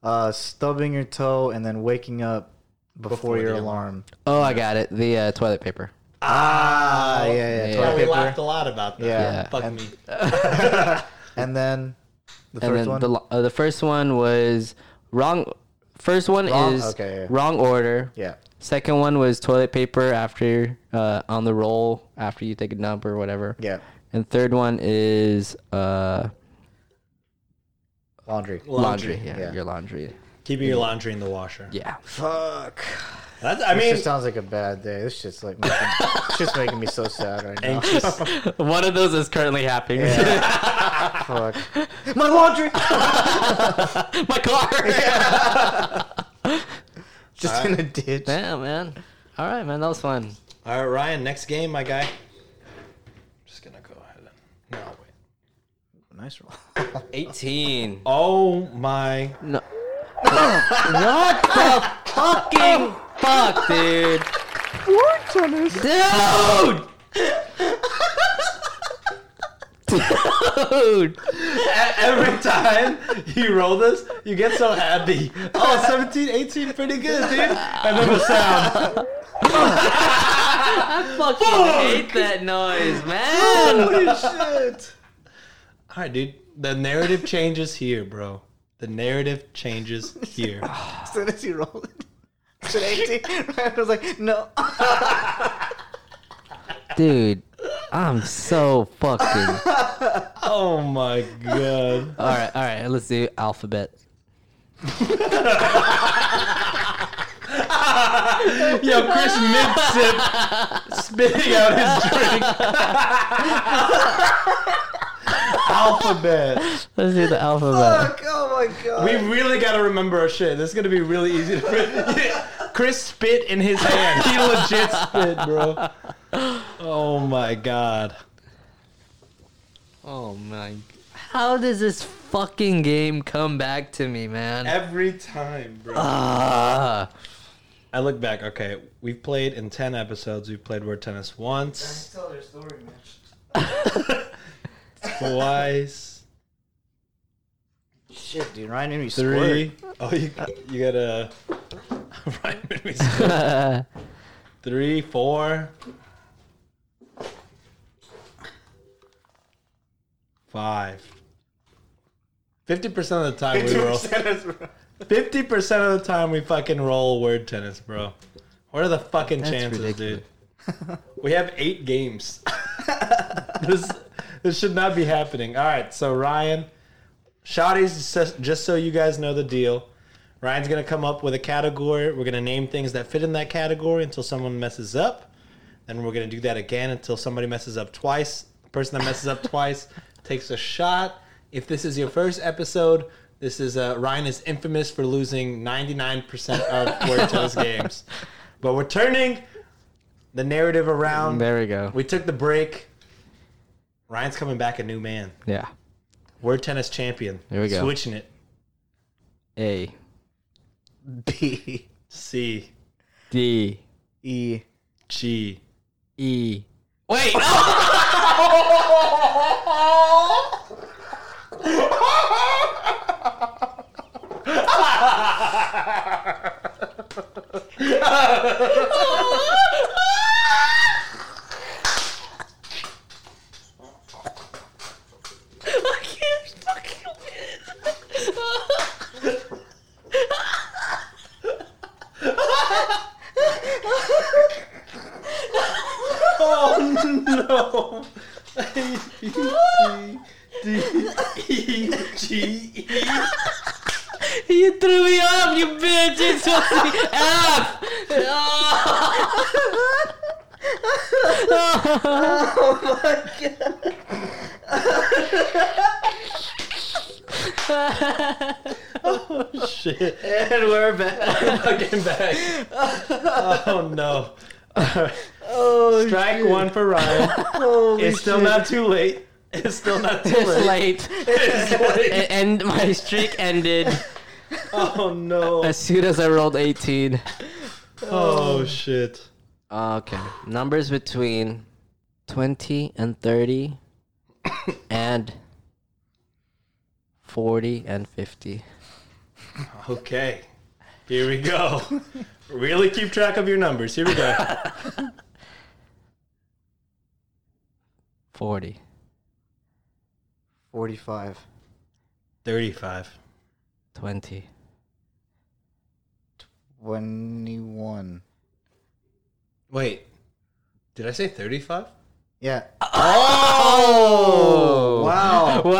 [SPEAKER 2] uh, stubbing your toe, and then waking up before, your
[SPEAKER 3] the
[SPEAKER 2] alarm.
[SPEAKER 4] Oh, I got it. The uh, toilet paper.
[SPEAKER 2] Ah, yeah, yeah.
[SPEAKER 4] Yeah.
[SPEAKER 2] toilet
[SPEAKER 3] Oh, we
[SPEAKER 2] paper.
[SPEAKER 3] laughed a lot about that.
[SPEAKER 2] Yeah.
[SPEAKER 4] Yeah.
[SPEAKER 3] Fuck
[SPEAKER 2] And-
[SPEAKER 3] me.
[SPEAKER 2] And then the
[SPEAKER 4] And
[SPEAKER 2] first
[SPEAKER 4] then
[SPEAKER 2] one.
[SPEAKER 4] the lo- uh, the first one was wrong. First one
[SPEAKER 2] Wrong-
[SPEAKER 4] is
[SPEAKER 2] okay, yeah.
[SPEAKER 4] wrong order.
[SPEAKER 2] yeah.
[SPEAKER 4] Second one was toilet paper after uh, on the roll after you take a dump or whatever.
[SPEAKER 2] Yeah.
[SPEAKER 4] And third one is uh,
[SPEAKER 2] Laundry.
[SPEAKER 4] laundry. Yeah,
[SPEAKER 2] yeah.
[SPEAKER 4] your laundry.
[SPEAKER 3] Keeping your laundry in the washer.
[SPEAKER 4] Yeah.
[SPEAKER 2] Fuck.
[SPEAKER 3] That's, I
[SPEAKER 2] This
[SPEAKER 3] mean,
[SPEAKER 2] just sounds like a bad day. This shit's like making, it's just making me so sad right now.
[SPEAKER 3] anxious.
[SPEAKER 4] one of those is currently happening.
[SPEAKER 2] Fuck. My laundry.
[SPEAKER 4] My car. Yeah.
[SPEAKER 2] just in a ditch.
[SPEAKER 4] man. All right, man. That was fun.
[SPEAKER 3] All right, Ryan, next game, my guy. just going to go ahead and. No, wait.
[SPEAKER 2] Nice roll.
[SPEAKER 4] 18.
[SPEAKER 3] Oh, my.
[SPEAKER 4] No. what the fucking Oh. fuck, dude? War Dude! dude!
[SPEAKER 3] Every time you roll this, you get so happy. Oh, 17, 18, pretty good, dude. And then the sound.
[SPEAKER 4] I fucking hate that noise, man!
[SPEAKER 3] Holy Oh, shit. All right, dude. The narrative changes here, bro. The narrative changes here.
[SPEAKER 2] As soon as you rolled it. It's an 18. I was like, no.
[SPEAKER 4] Dude, I'm so fucking.
[SPEAKER 3] Oh, my God.
[SPEAKER 4] Alright, alright, let's do alphabet.
[SPEAKER 3] Yo, Chris mid sip, spitting out his drink. Alphabet.
[SPEAKER 4] Let's do the alphabet.
[SPEAKER 2] oh my god.
[SPEAKER 3] We really gotta remember our shit. This is gonna be really easy to. Chris spit in his hand. He legit spit, bro. Oh my god.
[SPEAKER 4] Oh my. How does this fucking game come back to me, man?
[SPEAKER 3] Every time, bro.
[SPEAKER 4] Ah.
[SPEAKER 3] I look back. Okay, we've played in ten episodes. We've played word tennis once,
[SPEAKER 2] tell their story, man.
[SPEAKER 3] twice,
[SPEAKER 2] Shit, dude, Ryan made me
[SPEAKER 3] three.
[SPEAKER 2] squirt.
[SPEAKER 3] Oh, you you got a Ryan made me squirt. three, four, five. Fifty percent of the time we roll. Fifty percent of the time we fucking roll word tennis, bro. What are the fucking chances, dude? we have eight games. this this should not be happening. All right, so Ryan, Shotties, just- just so you guys know the deal. Ryan's gonna come up with a category. We're gonna name things that fit in that category until someone messes up. Then we're gonna do that again until somebody messes up twice. The person that messes up twice takes a shot. If this is your first episode, this is uh, Ryan is infamous for losing 99% of word tennis games. But we're turning the narrative around.
[SPEAKER 4] There we go.
[SPEAKER 3] We took the break. Ryan's coming back a new man.
[SPEAKER 4] Yeah.
[SPEAKER 3] Word tennis champion.
[SPEAKER 4] There we go.
[SPEAKER 3] Switching it.
[SPEAKER 4] A
[SPEAKER 2] B
[SPEAKER 3] C
[SPEAKER 4] D
[SPEAKER 2] E.
[SPEAKER 3] G.
[SPEAKER 4] E.
[SPEAKER 8] Wait.
[SPEAKER 3] Oh no! A B C D E G E.
[SPEAKER 8] You threw me up, you bitch! It's supposed to be F!
[SPEAKER 3] Shit!
[SPEAKER 2] And we're back.
[SPEAKER 3] Fucking back. Oh no! Alright. Strike one for Ryan. it's still not too late. It's still not too
[SPEAKER 8] It's
[SPEAKER 3] late.
[SPEAKER 8] late. A- and my streak ended
[SPEAKER 3] Oh no!
[SPEAKER 4] As soon as I rolled 18.
[SPEAKER 3] Oh shit!
[SPEAKER 4] Ah, Okay. Numbers between 20 and 30 and 40 and 50.
[SPEAKER 3] Okay, here we go. really keep track of your numbers. Here we go.
[SPEAKER 4] 40.
[SPEAKER 2] Forty-five.
[SPEAKER 3] Thirty-five.
[SPEAKER 4] 20.
[SPEAKER 2] Twenty-one.
[SPEAKER 3] Wait, did I say thirty-five?
[SPEAKER 2] Yeah.
[SPEAKER 3] Oh!
[SPEAKER 2] Wow.
[SPEAKER 4] Wow!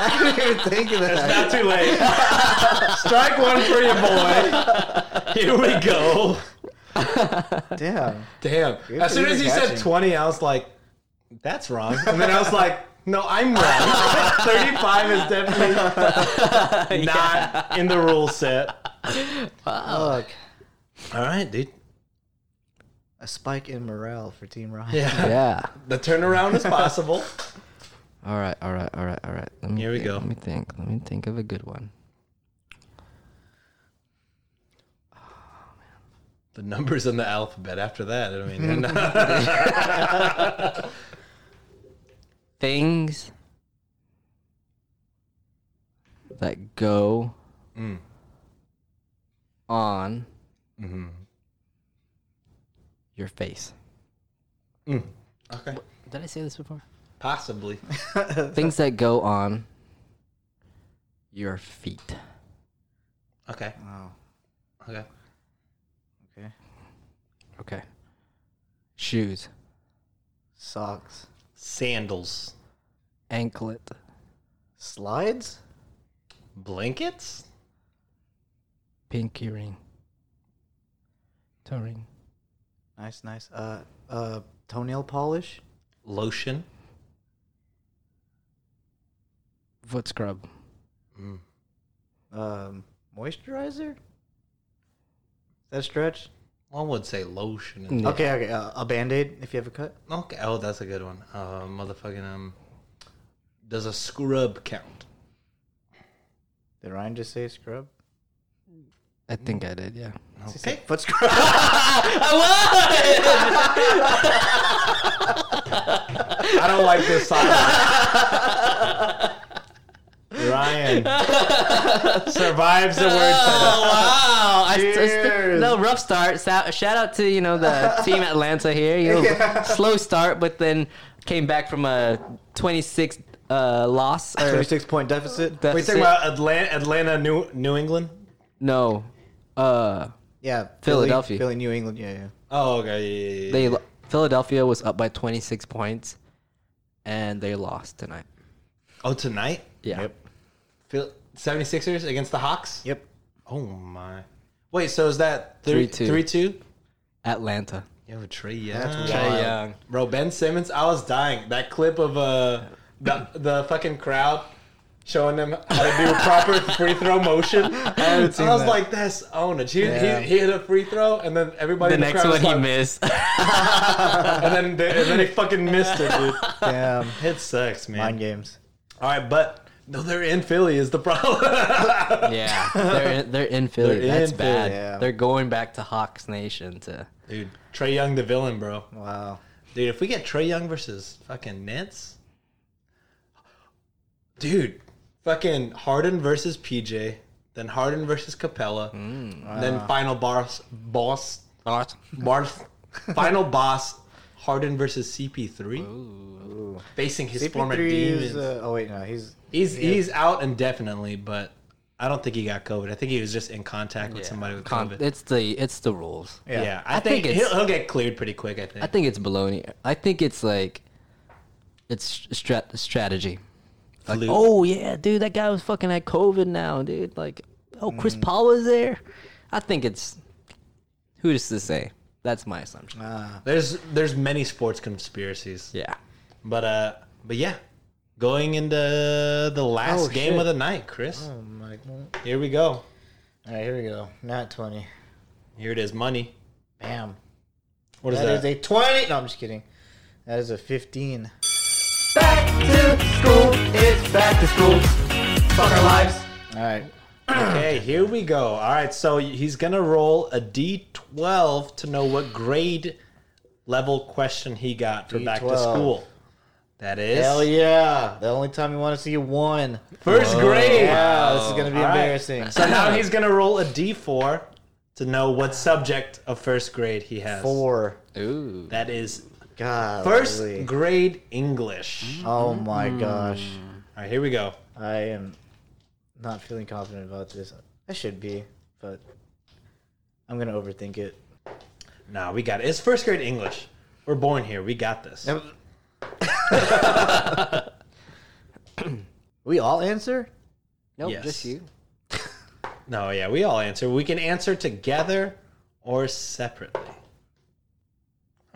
[SPEAKER 2] I didn't even think of that.
[SPEAKER 3] Not too late. Strike one for your boy. Here we go.
[SPEAKER 2] Damn.
[SPEAKER 3] Damn. as soon
[SPEAKER 2] for
[SPEAKER 3] as
[SPEAKER 2] you
[SPEAKER 3] he said
[SPEAKER 2] catching.
[SPEAKER 3] 20, I was like, that's wrong. And then I was like, no, I'm wrong. 35 is definitely not in the rule set. All
[SPEAKER 2] Fuck.
[SPEAKER 3] right, dude.
[SPEAKER 2] A spike in morale for Team Ryan.
[SPEAKER 3] Yeah.
[SPEAKER 4] Yeah.
[SPEAKER 3] The turnaround is possible.
[SPEAKER 4] All right, all right, all right, all right. Let me
[SPEAKER 3] Here we
[SPEAKER 4] think,
[SPEAKER 3] go.
[SPEAKER 4] Let me think. Let me think of a good one.
[SPEAKER 3] The numbers in the alphabet after that. I mean, and, uh,
[SPEAKER 4] Things that go on your face.
[SPEAKER 3] okay.
[SPEAKER 4] Did I say this before?
[SPEAKER 3] Possibly.
[SPEAKER 4] Things that go on your feet.
[SPEAKER 3] Okay.
[SPEAKER 2] Wow.
[SPEAKER 3] Okay.
[SPEAKER 2] Okay.
[SPEAKER 4] Okay. Shoes,
[SPEAKER 2] Socks.
[SPEAKER 3] Sandals.
[SPEAKER 4] anklet,
[SPEAKER 2] Slides?
[SPEAKER 3] Blankets?
[SPEAKER 4] pinky ring, toe ring,
[SPEAKER 2] Nice, nice. Uh, uh, toenail polish?
[SPEAKER 3] Lotion?
[SPEAKER 4] foot scrub,
[SPEAKER 2] Um, moisturizer? That stretch?
[SPEAKER 3] One would say lotion. and-
[SPEAKER 4] Yeah.
[SPEAKER 2] Okay, okay. Uh, a band aid if you have a cut?
[SPEAKER 3] Okay. Oh, that's a good one. Uh, motherfucking um. Does a scrub count?
[SPEAKER 2] Did Ryan just say scrub?
[SPEAKER 4] I think I did. Yeah.
[SPEAKER 2] Foot scrub.
[SPEAKER 3] I don't like this silence. Ryan survives the word
[SPEAKER 4] Wow!
[SPEAKER 3] salad.
[SPEAKER 4] Oh, I, I st-
[SPEAKER 2] Cheers.
[SPEAKER 4] no rough start. Sa- shout out to you know the team Atlanta here. You know, slow start, but then came back from a 26 uh, loss. Or
[SPEAKER 2] Thirty-six point deficit.
[SPEAKER 3] We
[SPEAKER 4] deficit.
[SPEAKER 3] talking about Atlanta, Atlanta, New New England.
[SPEAKER 4] no, uh,
[SPEAKER 2] Yeah,
[SPEAKER 4] Philadelphia.
[SPEAKER 2] Philly, Philly, New England. Yeah, yeah.
[SPEAKER 3] Oh, okay. Yeah, yeah, yeah.
[SPEAKER 4] they lo- Philadelphia was up by 26 points, and they lost tonight.
[SPEAKER 3] Oh, tonight,
[SPEAKER 4] Yeah.
[SPEAKER 3] Phil- 76ers against the Hawks.
[SPEAKER 2] Yep.
[SPEAKER 3] Oh my. Wait, so is that three two?
[SPEAKER 4] 3-2.
[SPEAKER 3] Three two?
[SPEAKER 4] Atlanta.
[SPEAKER 3] Yo, Trey
[SPEAKER 2] That's
[SPEAKER 3] Young.
[SPEAKER 2] wild.
[SPEAKER 4] Trae Young.
[SPEAKER 3] Bro, Ben Simmons, I was dying. That clip of uh the the fucking crowd showing them how to do a proper free throw motion. I, was
[SPEAKER 2] that.
[SPEAKER 3] like, that's ownage. He,
[SPEAKER 2] Yeah.
[SPEAKER 3] he, he hit a free throw, and then everybody
[SPEAKER 4] The
[SPEAKER 3] in the
[SPEAKER 4] next
[SPEAKER 3] crowd
[SPEAKER 4] one
[SPEAKER 3] was
[SPEAKER 4] he
[SPEAKER 3] like-
[SPEAKER 4] missed.
[SPEAKER 3] and then they, and then he fucking missed it, dude.
[SPEAKER 2] Damn.
[SPEAKER 3] It sucks, man.
[SPEAKER 2] Mind games.
[SPEAKER 3] All right, but no, they're in Philly is the problem.
[SPEAKER 4] yeah, they're in, they're in Philly.
[SPEAKER 3] They're
[SPEAKER 4] That's
[SPEAKER 3] in Philly,
[SPEAKER 4] bad.
[SPEAKER 2] yeah.
[SPEAKER 4] They're going back to Hawks Nation to.
[SPEAKER 3] dude, Trey Young, the villain, bro.
[SPEAKER 2] Wow.
[SPEAKER 3] Dude, if we get Trey Young versus fucking Nets, dude, fucking Harden versus PJ, then Harden versus Capella,
[SPEAKER 4] Mm.
[SPEAKER 3] then
[SPEAKER 4] Ah.
[SPEAKER 3] final boss, boss, boss, final boss, Harden versus CP3, facing his former
[SPEAKER 2] CP3
[SPEAKER 3] demons.
[SPEAKER 2] is. Uh, oh wait, no, he's
[SPEAKER 3] he's he's out indefinitely, but I don't think he got COVID. I think he was just in contact with somebody with
[SPEAKER 4] Con-
[SPEAKER 3] COVID.
[SPEAKER 4] it's the it's the rules.
[SPEAKER 3] yeah.
[SPEAKER 2] yeah.
[SPEAKER 3] I,
[SPEAKER 4] I
[SPEAKER 3] think,
[SPEAKER 4] think it's-
[SPEAKER 3] he'll, he'll get cleared pretty quick. I think.
[SPEAKER 4] I think it's baloney. I think it's like it's strat- strategy. Like,
[SPEAKER 3] Fluke.
[SPEAKER 4] oh yeah, dude, that guy was fucking at COVID now, dude. Like, oh, Chris Paul was there. I think it's who is to say? That's my assumption.
[SPEAKER 3] there's there's many sports conspiracies.
[SPEAKER 4] yeah,
[SPEAKER 3] But uh, but yeah, going into the last
[SPEAKER 2] Oh,
[SPEAKER 3] game
[SPEAKER 2] shit.
[SPEAKER 3] of the night, Chris.
[SPEAKER 2] Oh my God.
[SPEAKER 3] Here we go.
[SPEAKER 2] All right, here we go. Not twenty.
[SPEAKER 3] Here it is, money.
[SPEAKER 2] Bam.
[SPEAKER 3] What is
[SPEAKER 2] That is
[SPEAKER 3] that?
[SPEAKER 2] a twenty. No, I'm just kidding. That is a fifteen.
[SPEAKER 6] Back to school. It's back to school. Fuck our lives.
[SPEAKER 2] All right.
[SPEAKER 3] okay, here we go. All right, so he's gonna roll a D12 to know what grade level question he got for back to
[SPEAKER 2] D12.
[SPEAKER 3] school. That is
[SPEAKER 2] Hell yeah! The only time you want to see a one.
[SPEAKER 3] first grade.
[SPEAKER 2] Yeah, this is gonna be
[SPEAKER 3] All right.
[SPEAKER 2] embarrassing.
[SPEAKER 3] So now he's gonna roll a D4 to know what subject of first grade he has.
[SPEAKER 2] Four.
[SPEAKER 4] ooh,
[SPEAKER 3] That is
[SPEAKER 2] God.
[SPEAKER 3] first grade English.
[SPEAKER 2] Oh my gosh.
[SPEAKER 3] All right, here we go.
[SPEAKER 2] I am not feeling confident about this. I should be, but I'm gonna overthink it.
[SPEAKER 3] Nah, we got it. It's first grade English. We're born here. We got this.
[SPEAKER 2] we all answer?
[SPEAKER 4] no,
[SPEAKER 3] Yes.
[SPEAKER 4] just you.
[SPEAKER 3] No, yeah, we all answer. We can answer together or separately.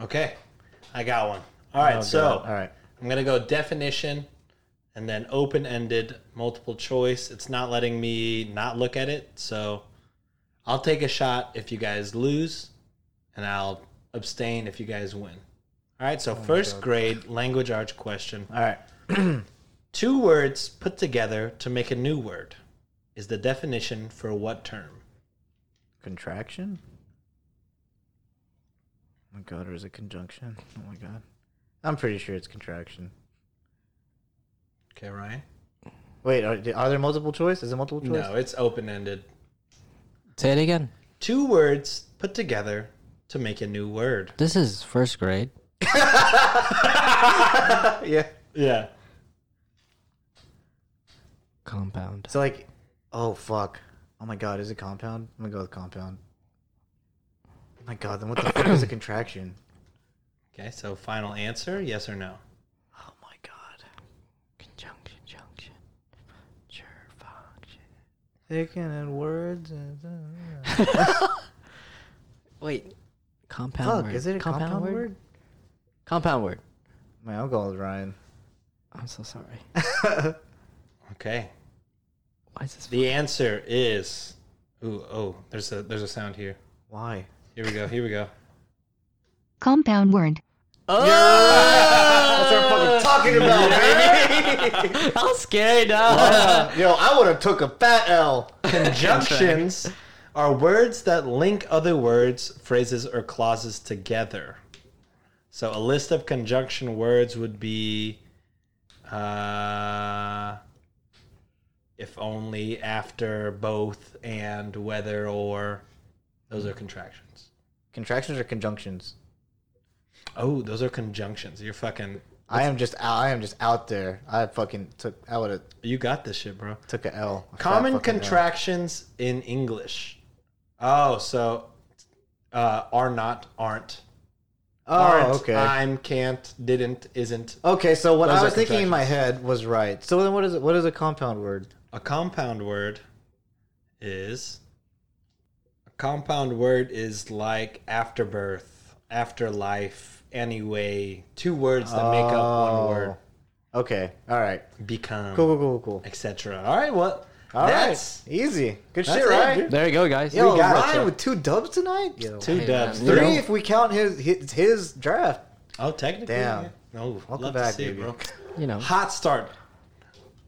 [SPEAKER 3] Okay, I got one. All right,
[SPEAKER 2] Oh,
[SPEAKER 3] so
[SPEAKER 2] God. all right.
[SPEAKER 3] I'm gonna go definition, and then open ended, multiple choice. It's not letting me not look at it, so I'll take a shot if you guys lose, and I'll abstain if you guys win. All right, so first grade language arts question.
[SPEAKER 2] Oh All right.
[SPEAKER 3] Two words put together to make a new word is the definition for what term?
[SPEAKER 2] Contraction? Oh my god, or is it conjunction? Oh my god. I'm pretty sure it's contraction.
[SPEAKER 3] Okay, Ryan.
[SPEAKER 2] Wait, are, are there multiple choice? Is it multiple choice?
[SPEAKER 3] No, it's open ended.
[SPEAKER 4] Say it again.
[SPEAKER 3] Two words put together to make a new word.
[SPEAKER 4] This is first grade.
[SPEAKER 2] Yeah.
[SPEAKER 3] Yeah.
[SPEAKER 4] Compound.
[SPEAKER 2] So like, oh fuck. Oh my god, is it compound? I'm gonna go with compound. Oh my god, then what the fuck is a contraction?
[SPEAKER 3] Okay, so final answer yes or no?
[SPEAKER 2] Oh my god.
[SPEAKER 4] Conjunction, junction, function.
[SPEAKER 2] Taking in words.
[SPEAKER 4] Wait, compound
[SPEAKER 2] Fuck,
[SPEAKER 4] word.
[SPEAKER 2] is it a compound, word?
[SPEAKER 4] Compound word.
[SPEAKER 2] Man, I'll go with Ryan.
[SPEAKER 4] I'm so sorry.
[SPEAKER 3] Okay.
[SPEAKER 4] Why is this?
[SPEAKER 3] The answer is Ooh, oh, there's a there's a sound here.
[SPEAKER 2] Why?
[SPEAKER 3] Here we go. Here we go.
[SPEAKER 9] Compound word.
[SPEAKER 2] That's what I'm fucking talking about, baby.
[SPEAKER 4] How scary now.
[SPEAKER 2] Yo, I would have took a fat L.
[SPEAKER 3] Conjunctions are words that link other words, phrases, or clauses together. So a list of conjunction words would be uh, if only, after, both, and, whether, or. Those are contractions.
[SPEAKER 2] Contractions or conjunctions?
[SPEAKER 3] Oh, those are conjunctions. You're fucking.
[SPEAKER 2] I am just out. I am just out there. I fucking took. I would have
[SPEAKER 3] You got this shit, bro.
[SPEAKER 2] took a L. I
[SPEAKER 3] Common
[SPEAKER 2] fucking L.
[SPEAKER 3] contractions in English. Oh, so uh, are not, aren't.
[SPEAKER 2] Oh, okay.
[SPEAKER 3] I'm, can't, didn't, isn't.
[SPEAKER 2] okay, so what
[SPEAKER 3] Those
[SPEAKER 2] I
[SPEAKER 3] are
[SPEAKER 2] was thinking in my head was right. So then, what is it? What is a compound word?
[SPEAKER 3] A compound word is. A compound word is like afterbirth, afterlife, anyway. Two words that make up one word.
[SPEAKER 2] Okay, all right,
[SPEAKER 3] Hmm. Become,
[SPEAKER 2] Oh. cool, cool, cool, cool.
[SPEAKER 3] etc. All right, well,
[SPEAKER 2] All right,
[SPEAKER 3] that's
[SPEAKER 2] easy. Good
[SPEAKER 3] that's
[SPEAKER 2] shit,
[SPEAKER 3] it,
[SPEAKER 2] right?
[SPEAKER 3] dude.
[SPEAKER 4] There you go, guys.
[SPEAKER 2] Yo,
[SPEAKER 3] got it,
[SPEAKER 2] Ryan
[SPEAKER 3] so.
[SPEAKER 2] with two dubs tonight. Yo,
[SPEAKER 3] Two
[SPEAKER 4] Hey,
[SPEAKER 3] dubs.
[SPEAKER 4] man, you
[SPEAKER 2] three
[SPEAKER 3] Three.
[SPEAKER 2] if we count his his, his draft.
[SPEAKER 3] Oh, technically.
[SPEAKER 2] Damn.
[SPEAKER 3] yeah. No,
[SPEAKER 2] Welcome
[SPEAKER 3] love to
[SPEAKER 2] back,
[SPEAKER 3] see it,
[SPEAKER 2] baby.
[SPEAKER 3] bro.
[SPEAKER 4] You know,
[SPEAKER 3] Hot start.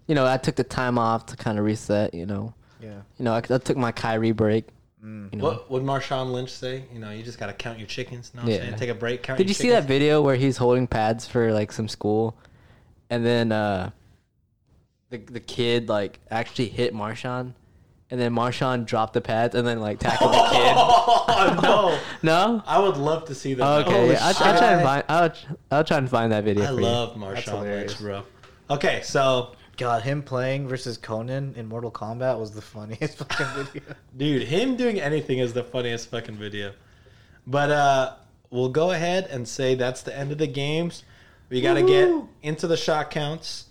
[SPEAKER 4] you know, I took the time off to kind of reset. You know,
[SPEAKER 2] Yeah.
[SPEAKER 4] you know, I, I took my Kyrie break. You know.
[SPEAKER 3] What would Marshawn Lynch say? You know, you just gotta count your chickens. No,
[SPEAKER 4] Yeah.
[SPEAKER 3] yeah. saying? take a break. Count
[SPEAKER 4] Did
[SPEAKER 3] your
[SPEAKER 4] you see that
[SPEAKER 3] chickens.
[SPEAKER 4] video where he's holding pads for like some school, and then uh, the the kid like actually hit Marshawn, and then Marshawn dropped the pads and then like tackled the kid.
[SPEAKER 3] Oh no!
[SPEAKER 4] No.
[SPEAKER 3] I would love to see that.
[SPEAKER 4] Okay,
[SPEAKER 3] Holy
[SPEAKER 4] yeah, I'll, I'll
[SPEAKER 3] shit.
[SPEAKER 4] try and find. I'll, I'll try and find that video.
[SPEAKER 3] I
[SPEAKER 4] for
[SPEAKER 3] love Marshawn
[SPEAKER 2] hilarious.
[SPEAKER 3] Lynch, bro. Okay, so
[SPEAKER 2] God, him playing versus Conan in Mortal Kombat was the funniest fucking video.
[SPEAKER 3] dude, him doing anything is the funniest fucking video. But uh we'll go ahead and say that's the end of the games. We gotta get into the shot counts.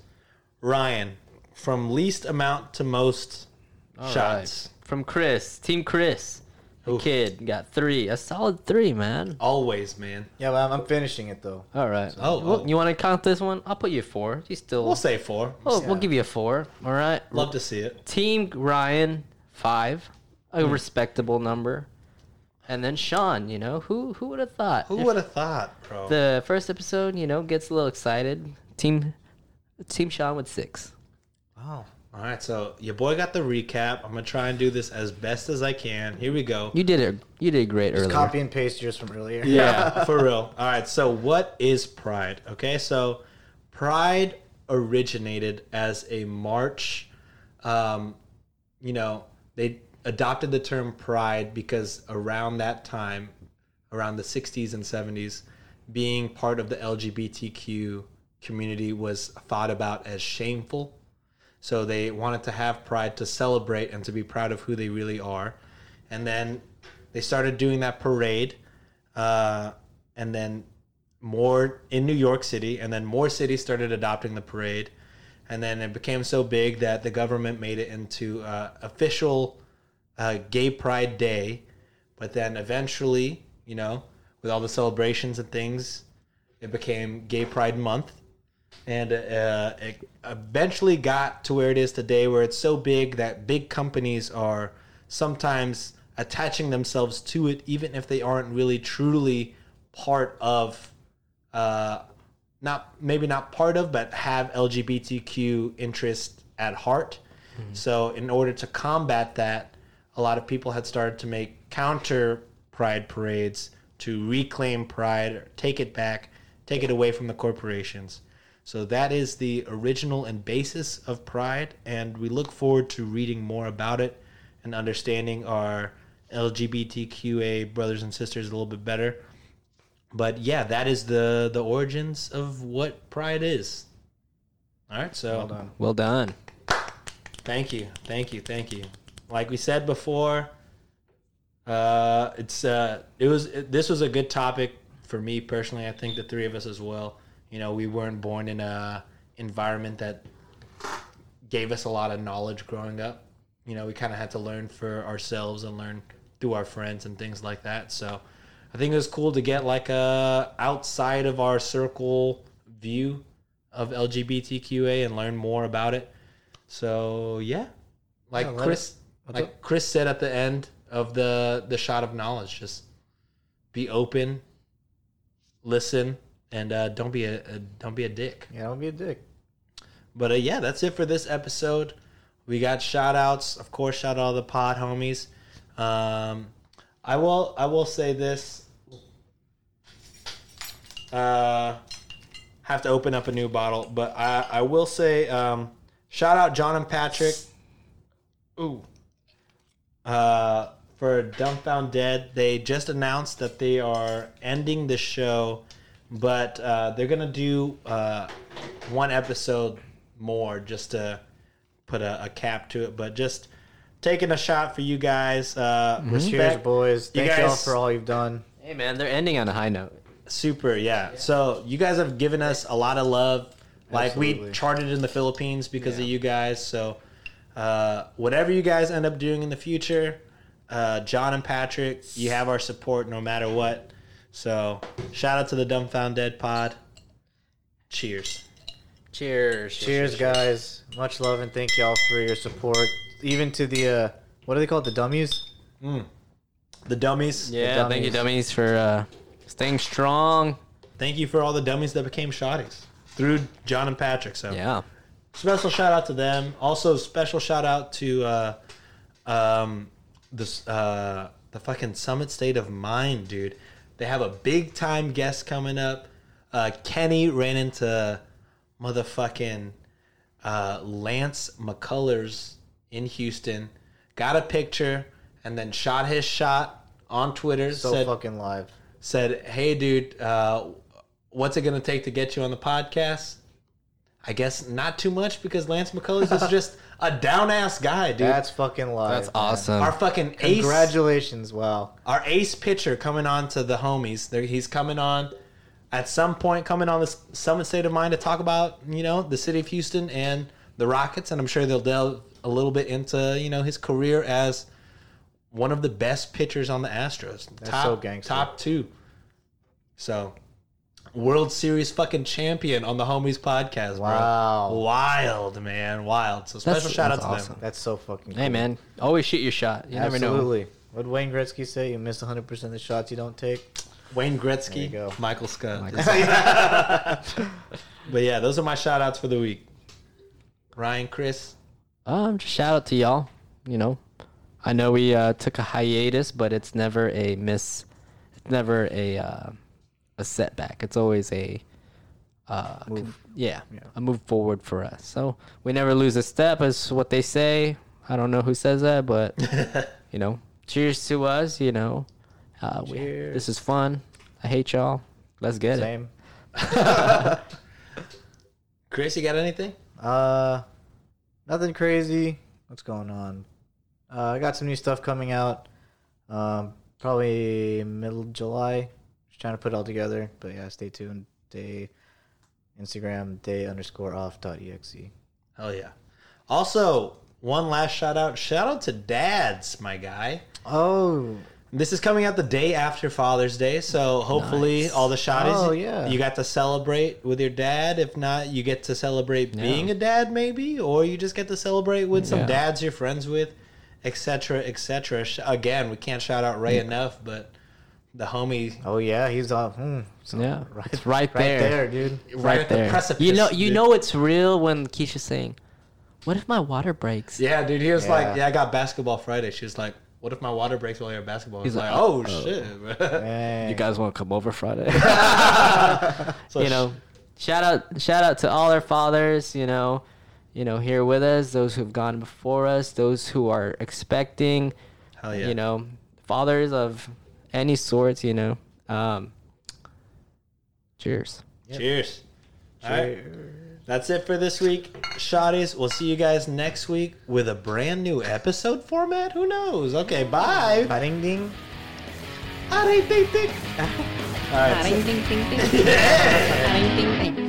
[SPEAKER 3] Ryan, from least amount to most
[SPEAKER 4] you.
[SPEAKER 3] shots.
[SPEAKER 4] Alright. from Chris, Team Chris. The
[SPEAKER 3] Oof.
[SPEAKER 4] kid got three, a solid three, man.
[SPEAKER 3] Always, man.
[SPEAKER 2] Yeah, but I'm, I'm finishing it though.
[SPEAKER 4] All right.
[SPEAKER 3] Oh,
[SPEAKER 4] Well,
[SPEAKER 3] oh.
[SPEAKER 4] you want to count this one? I'll put you a four. You still.
[SPEAKER 3] We'll say four.
[SPEAKER 4] oh, we'll give you a four. All right.
[SPEAKER 3] Love to see it.
[SPEAKER 4] Team Ryan five, a respectable number, and then Sean. You know who who would have thought?
[SPEAKER 3] Who
[SPEAKER 4] If
[SPEAKER 3] would have thought, bro?
[SPEAKER 4] the first episode? You know gets a little excited. Team Team Sean with six.
[SPEAKER 2] Wow.
[SPEAKER 3] Oh. All right, so your boy got the recap. I'm gonna try and do this as best as I can. Here we go.
[SPEAKER 4] You did it. You did great earlier.
[SPEAKER 2] Copy and paste yours from earlier.
[SPEAKER 3] Yeah, for real. All right, so what is Pride? Okay, so Pride originated as a march. Um, you know, they adopted the term Pride because around that time, around the 60s and 70s, being part of the LGBTQ community was thought about as shameful. So they wanted to have pride to celebrate and to be proud of who they really are. And then they started doing that parade. Uh, and then more in New York City. And then more cities started adopting the parade. And then it became so big that the government made it into uh, official uh, Gay Pride Day. But then eventually, you know, with all the celebrations and things, it became Gay Pride Month and uh, it eventually got to where it is today, where it's so big that big companies are sometimes attaching themselves to it, even if they aren't really truly part of, uh, not maybe not part of, but have LGBTQ interest at heart. So, in order to combat that, a lot of people had started to make counter pride parades to reclaim pride, or take it back, take it away from the corporations. So that is the original and basis of Pride, and we look forward to reading more about it and understanding our LGBTQA brothers and sisters a little bit better. But yeah, that is the the origins of what Pride is. All right, so
[SPEAKER 4] Well done.
[SPEAKER 3] Thank you, thank you, thank you. Like we said before, uh, it's uh, it was it, this was a good topic for me personally. I think the three of us as well. You know, we weren't born in a environment that gave us a lot of knowledge growing up. You know, we kind of had to learn for ourselves and learn through our friends and things like that. So, I think it was cool to get like a outside of our circle view of LGBTQA and learn more about it. So yeah, like
[SPEAKER 2] let
[SPEAKER 3] Chris, like Chris said at the end of the the shot of knowledge, just be open, listen, and uh, don't be a, a don't be a dick.
[SPEAKER 2] Yeah, don't be a dick.
[SPEAKER 3] But uh, yeah, that's it for this episode. We got shout outs. Of course, shout out all the pod homies. Um, I will. I will say this. Uh, have to open up a new bottle, but I, I will say, um, shout out John and Patrick. Ooh. Uh, for Dumbfound Dead, they just announced that they are ending the show, but uh, they're gonna do uh, one episode more just to put a, a cap to it. But just taking a shot for you guys. Uh,
[SPEAKER 2] Cheers,
[SPEAKER 3] Respect,
[SPEAKER 2] boys.
[SPEAKER 3] You
[SPEAKER 2] Thank Mm-hmm. you all
[SPEAKER 3] guys-
[SPEAKER 2] for all you've done.
[SPEAKER 4] Hey man, they're ending on a high note.
[SPEAKER 3] Super, yeah. So you guys have given us a lot of love. Like we
[SPEAKER 2] Absolutely.
[SPEAKER 3] charted in the Philippines because of you guys. So uh, whatever you guys end up doing in the future, uh, John and Patrick, you have our support no matter what. So shout out to the Dumbfound Dead Pod. Cheers.
[SPEAKER 4] Cheers.
[SPEAKER 2] Cheers, guys. Much love and thank y'all for your support. Even to the uh, what are they called? The dummies.
[SPEAKER 3] The dummies.
[SPEAKER 4] Yeah, thank you, dummies, for uh, staying strong.
[SPEAKER 3] Thank you for all the dummies that became shotties through John and Patrick. So
[SPEAKER 4] Yeah.
[SPEAKER 3] special shout out to them. Also, special shout out to uh, um, this uh, the fucking Summit State of Mind, dude. They have a big time guest coming up. Uh, Kenny ran into motherfucking uh, Lance McCullers in Houston, got a picture, and then shot his shot on Twitter.
[SPEAKER 2] So
[SPEAKER 3] said,
[SPEAKER 2] fucking live.
[SPEAKER 3] said, "Hey, dude, uh, what's it gonna take to get you on the podcast?" I guess not too much because Lance McCullers is just a down ass guy, dude.
[SPEAKER 2] That's fucking live.
[SPEAKER 4] That's awesome.
[SPEAKER 3] our fucking ace,
[SPEAKER 2] Congratulations! Wow.
[SPEAKER 3] our ace pitcher coming on to the homies. There, he's coming on at some point, coming on this summit state of mind to talk about you know the city of Houston and the Rockets, and I'm sure they'll delve a little bit into you know his career as one of the best pitchers on the Astros. top,
[SPEAKER 2] so gangster.
[SPEAKER 3] Top two. So, World Series fucking champion on the Homies podcast. bro.
[SPEAKER 2] Wow.
[SPEAKER 3] Wild, man. Wild. So, special
[SPEAKER 4] That's-
[SPEAKER 3] shout out
[SPEAKER 4] that's
[SPEAKER 3] to
[SPEAKER 4] awesome.
[SPEAKER 3] them.
[SPEAKER 2] That's so fucking.
[SPEAKER 4] hey
[SPEAKER 2] cool.
[SPEAKER 4] man, always shoot your shot. You never know.
[SPEAKER 2] Absolutely. What Wayne Gretzky say? You miss 100 percent of the shots you don't take.
[SPEAKER 3] Wayne
[SPEAKER 2] you go.
[SPEAKER 3] Gretzky, Michael Scott. but yeah, those are my shout outs for the week. Ryan, Chris,
[SPEAKER 4] Um, just shout out to y'all. You know, I know we uh, took a hiatus, but it's never a miss. It's never a uh, a setback. It's always a uh, con- yeah, a move forward for us. So we never lose a step, is what they say. I don't know who says that, but you know, cheers to us. You know, uh, we, this is fun. I hate y'all. Let's get it.
[SPEAKER 2] Same.
[SPEAKER 3] Chris, you got anything?
[SPEAKER 2] Uh, nothing crazy. What's going on? Uh, I got some new stuff coming out. Um, probably middle of July. Just trying to put it all together. But yeah, stay tuned. Day, Instagram day underscore off dot exe.
[SPEAKER 3] Hell yeah. Also, one last shout out. Shout out to dads, my guy.
[SPEAKER 2] Oh,
[SPEAKER 3] This is coming out the day after Father's Day, so hopefully all the shotties
[SPEAKER 2] Oh, yeah.
[SPEAKER 3] you got to celebrate with your dad. If not, you get to celebrate being a dad maybe, or you just get to celebrate with some
[SPEAKER 4] Yeah.
[SPEAKER 3] dads you're friends with, etc., etc. Sh- Again, we can't shout out
[SPEAKER 4] Mm.
[SPEAKER 3] Ray enough, but the homie
[SPEAKER 2] oh yeah, he's on. Hmm, so
[SPEAKER 4] Yeah,
[SPEAKER 2] right,
[SPEAKER 4] it's right
[SPEAKER 2] right
[SPEAKER 4] there.
[SPEAKER 2] there. dude.
[SPEAKER 3] right, at the precipice.
[SPEAKER 4] You know, you
[SPEAKER 3] dude.
[SPEAKER 4] know it's real when Keisha's saying, "What if my water breaks?"
[SPEAKER 3] Yeah, dude. He was
[SPEAKER 2] Yeah.
[SPEAKER 3] like, "Yeah, I got basketball Friday." She was like, "What if my water breaks while you're at basketball?" I was
[SPEAKER 4] He's
[SPEAKER 3] like,
[SPEAKER 4] like,
[SPEAKER 3] "Oh, shit!"
[SPEAKER 2] Dang.
[SPEAKER 4] You guys want to come over Friday?
[SPEAKER 3] so
[SPEAKER 4] you know, shout out, shout out to all our fathers. You know, you know, here with us, those who've gone before us, those who are expecting.
[SPEAKER 3] Hell yeah.
[SPEAKER 4] You know, fathers of any sorts. You know, um, cheers.
[SPEAKER 3] Cheers. All right. That's it for this week, Shotties. We'll see you guys next week with a brand new episode format. Who knows? Okay, bye.
[SPEAKER 2] Ba ding ding.
[SPEAKER 3] Bye.
[SPEAKER 9] Ding ding ding ding. Ding ding ding.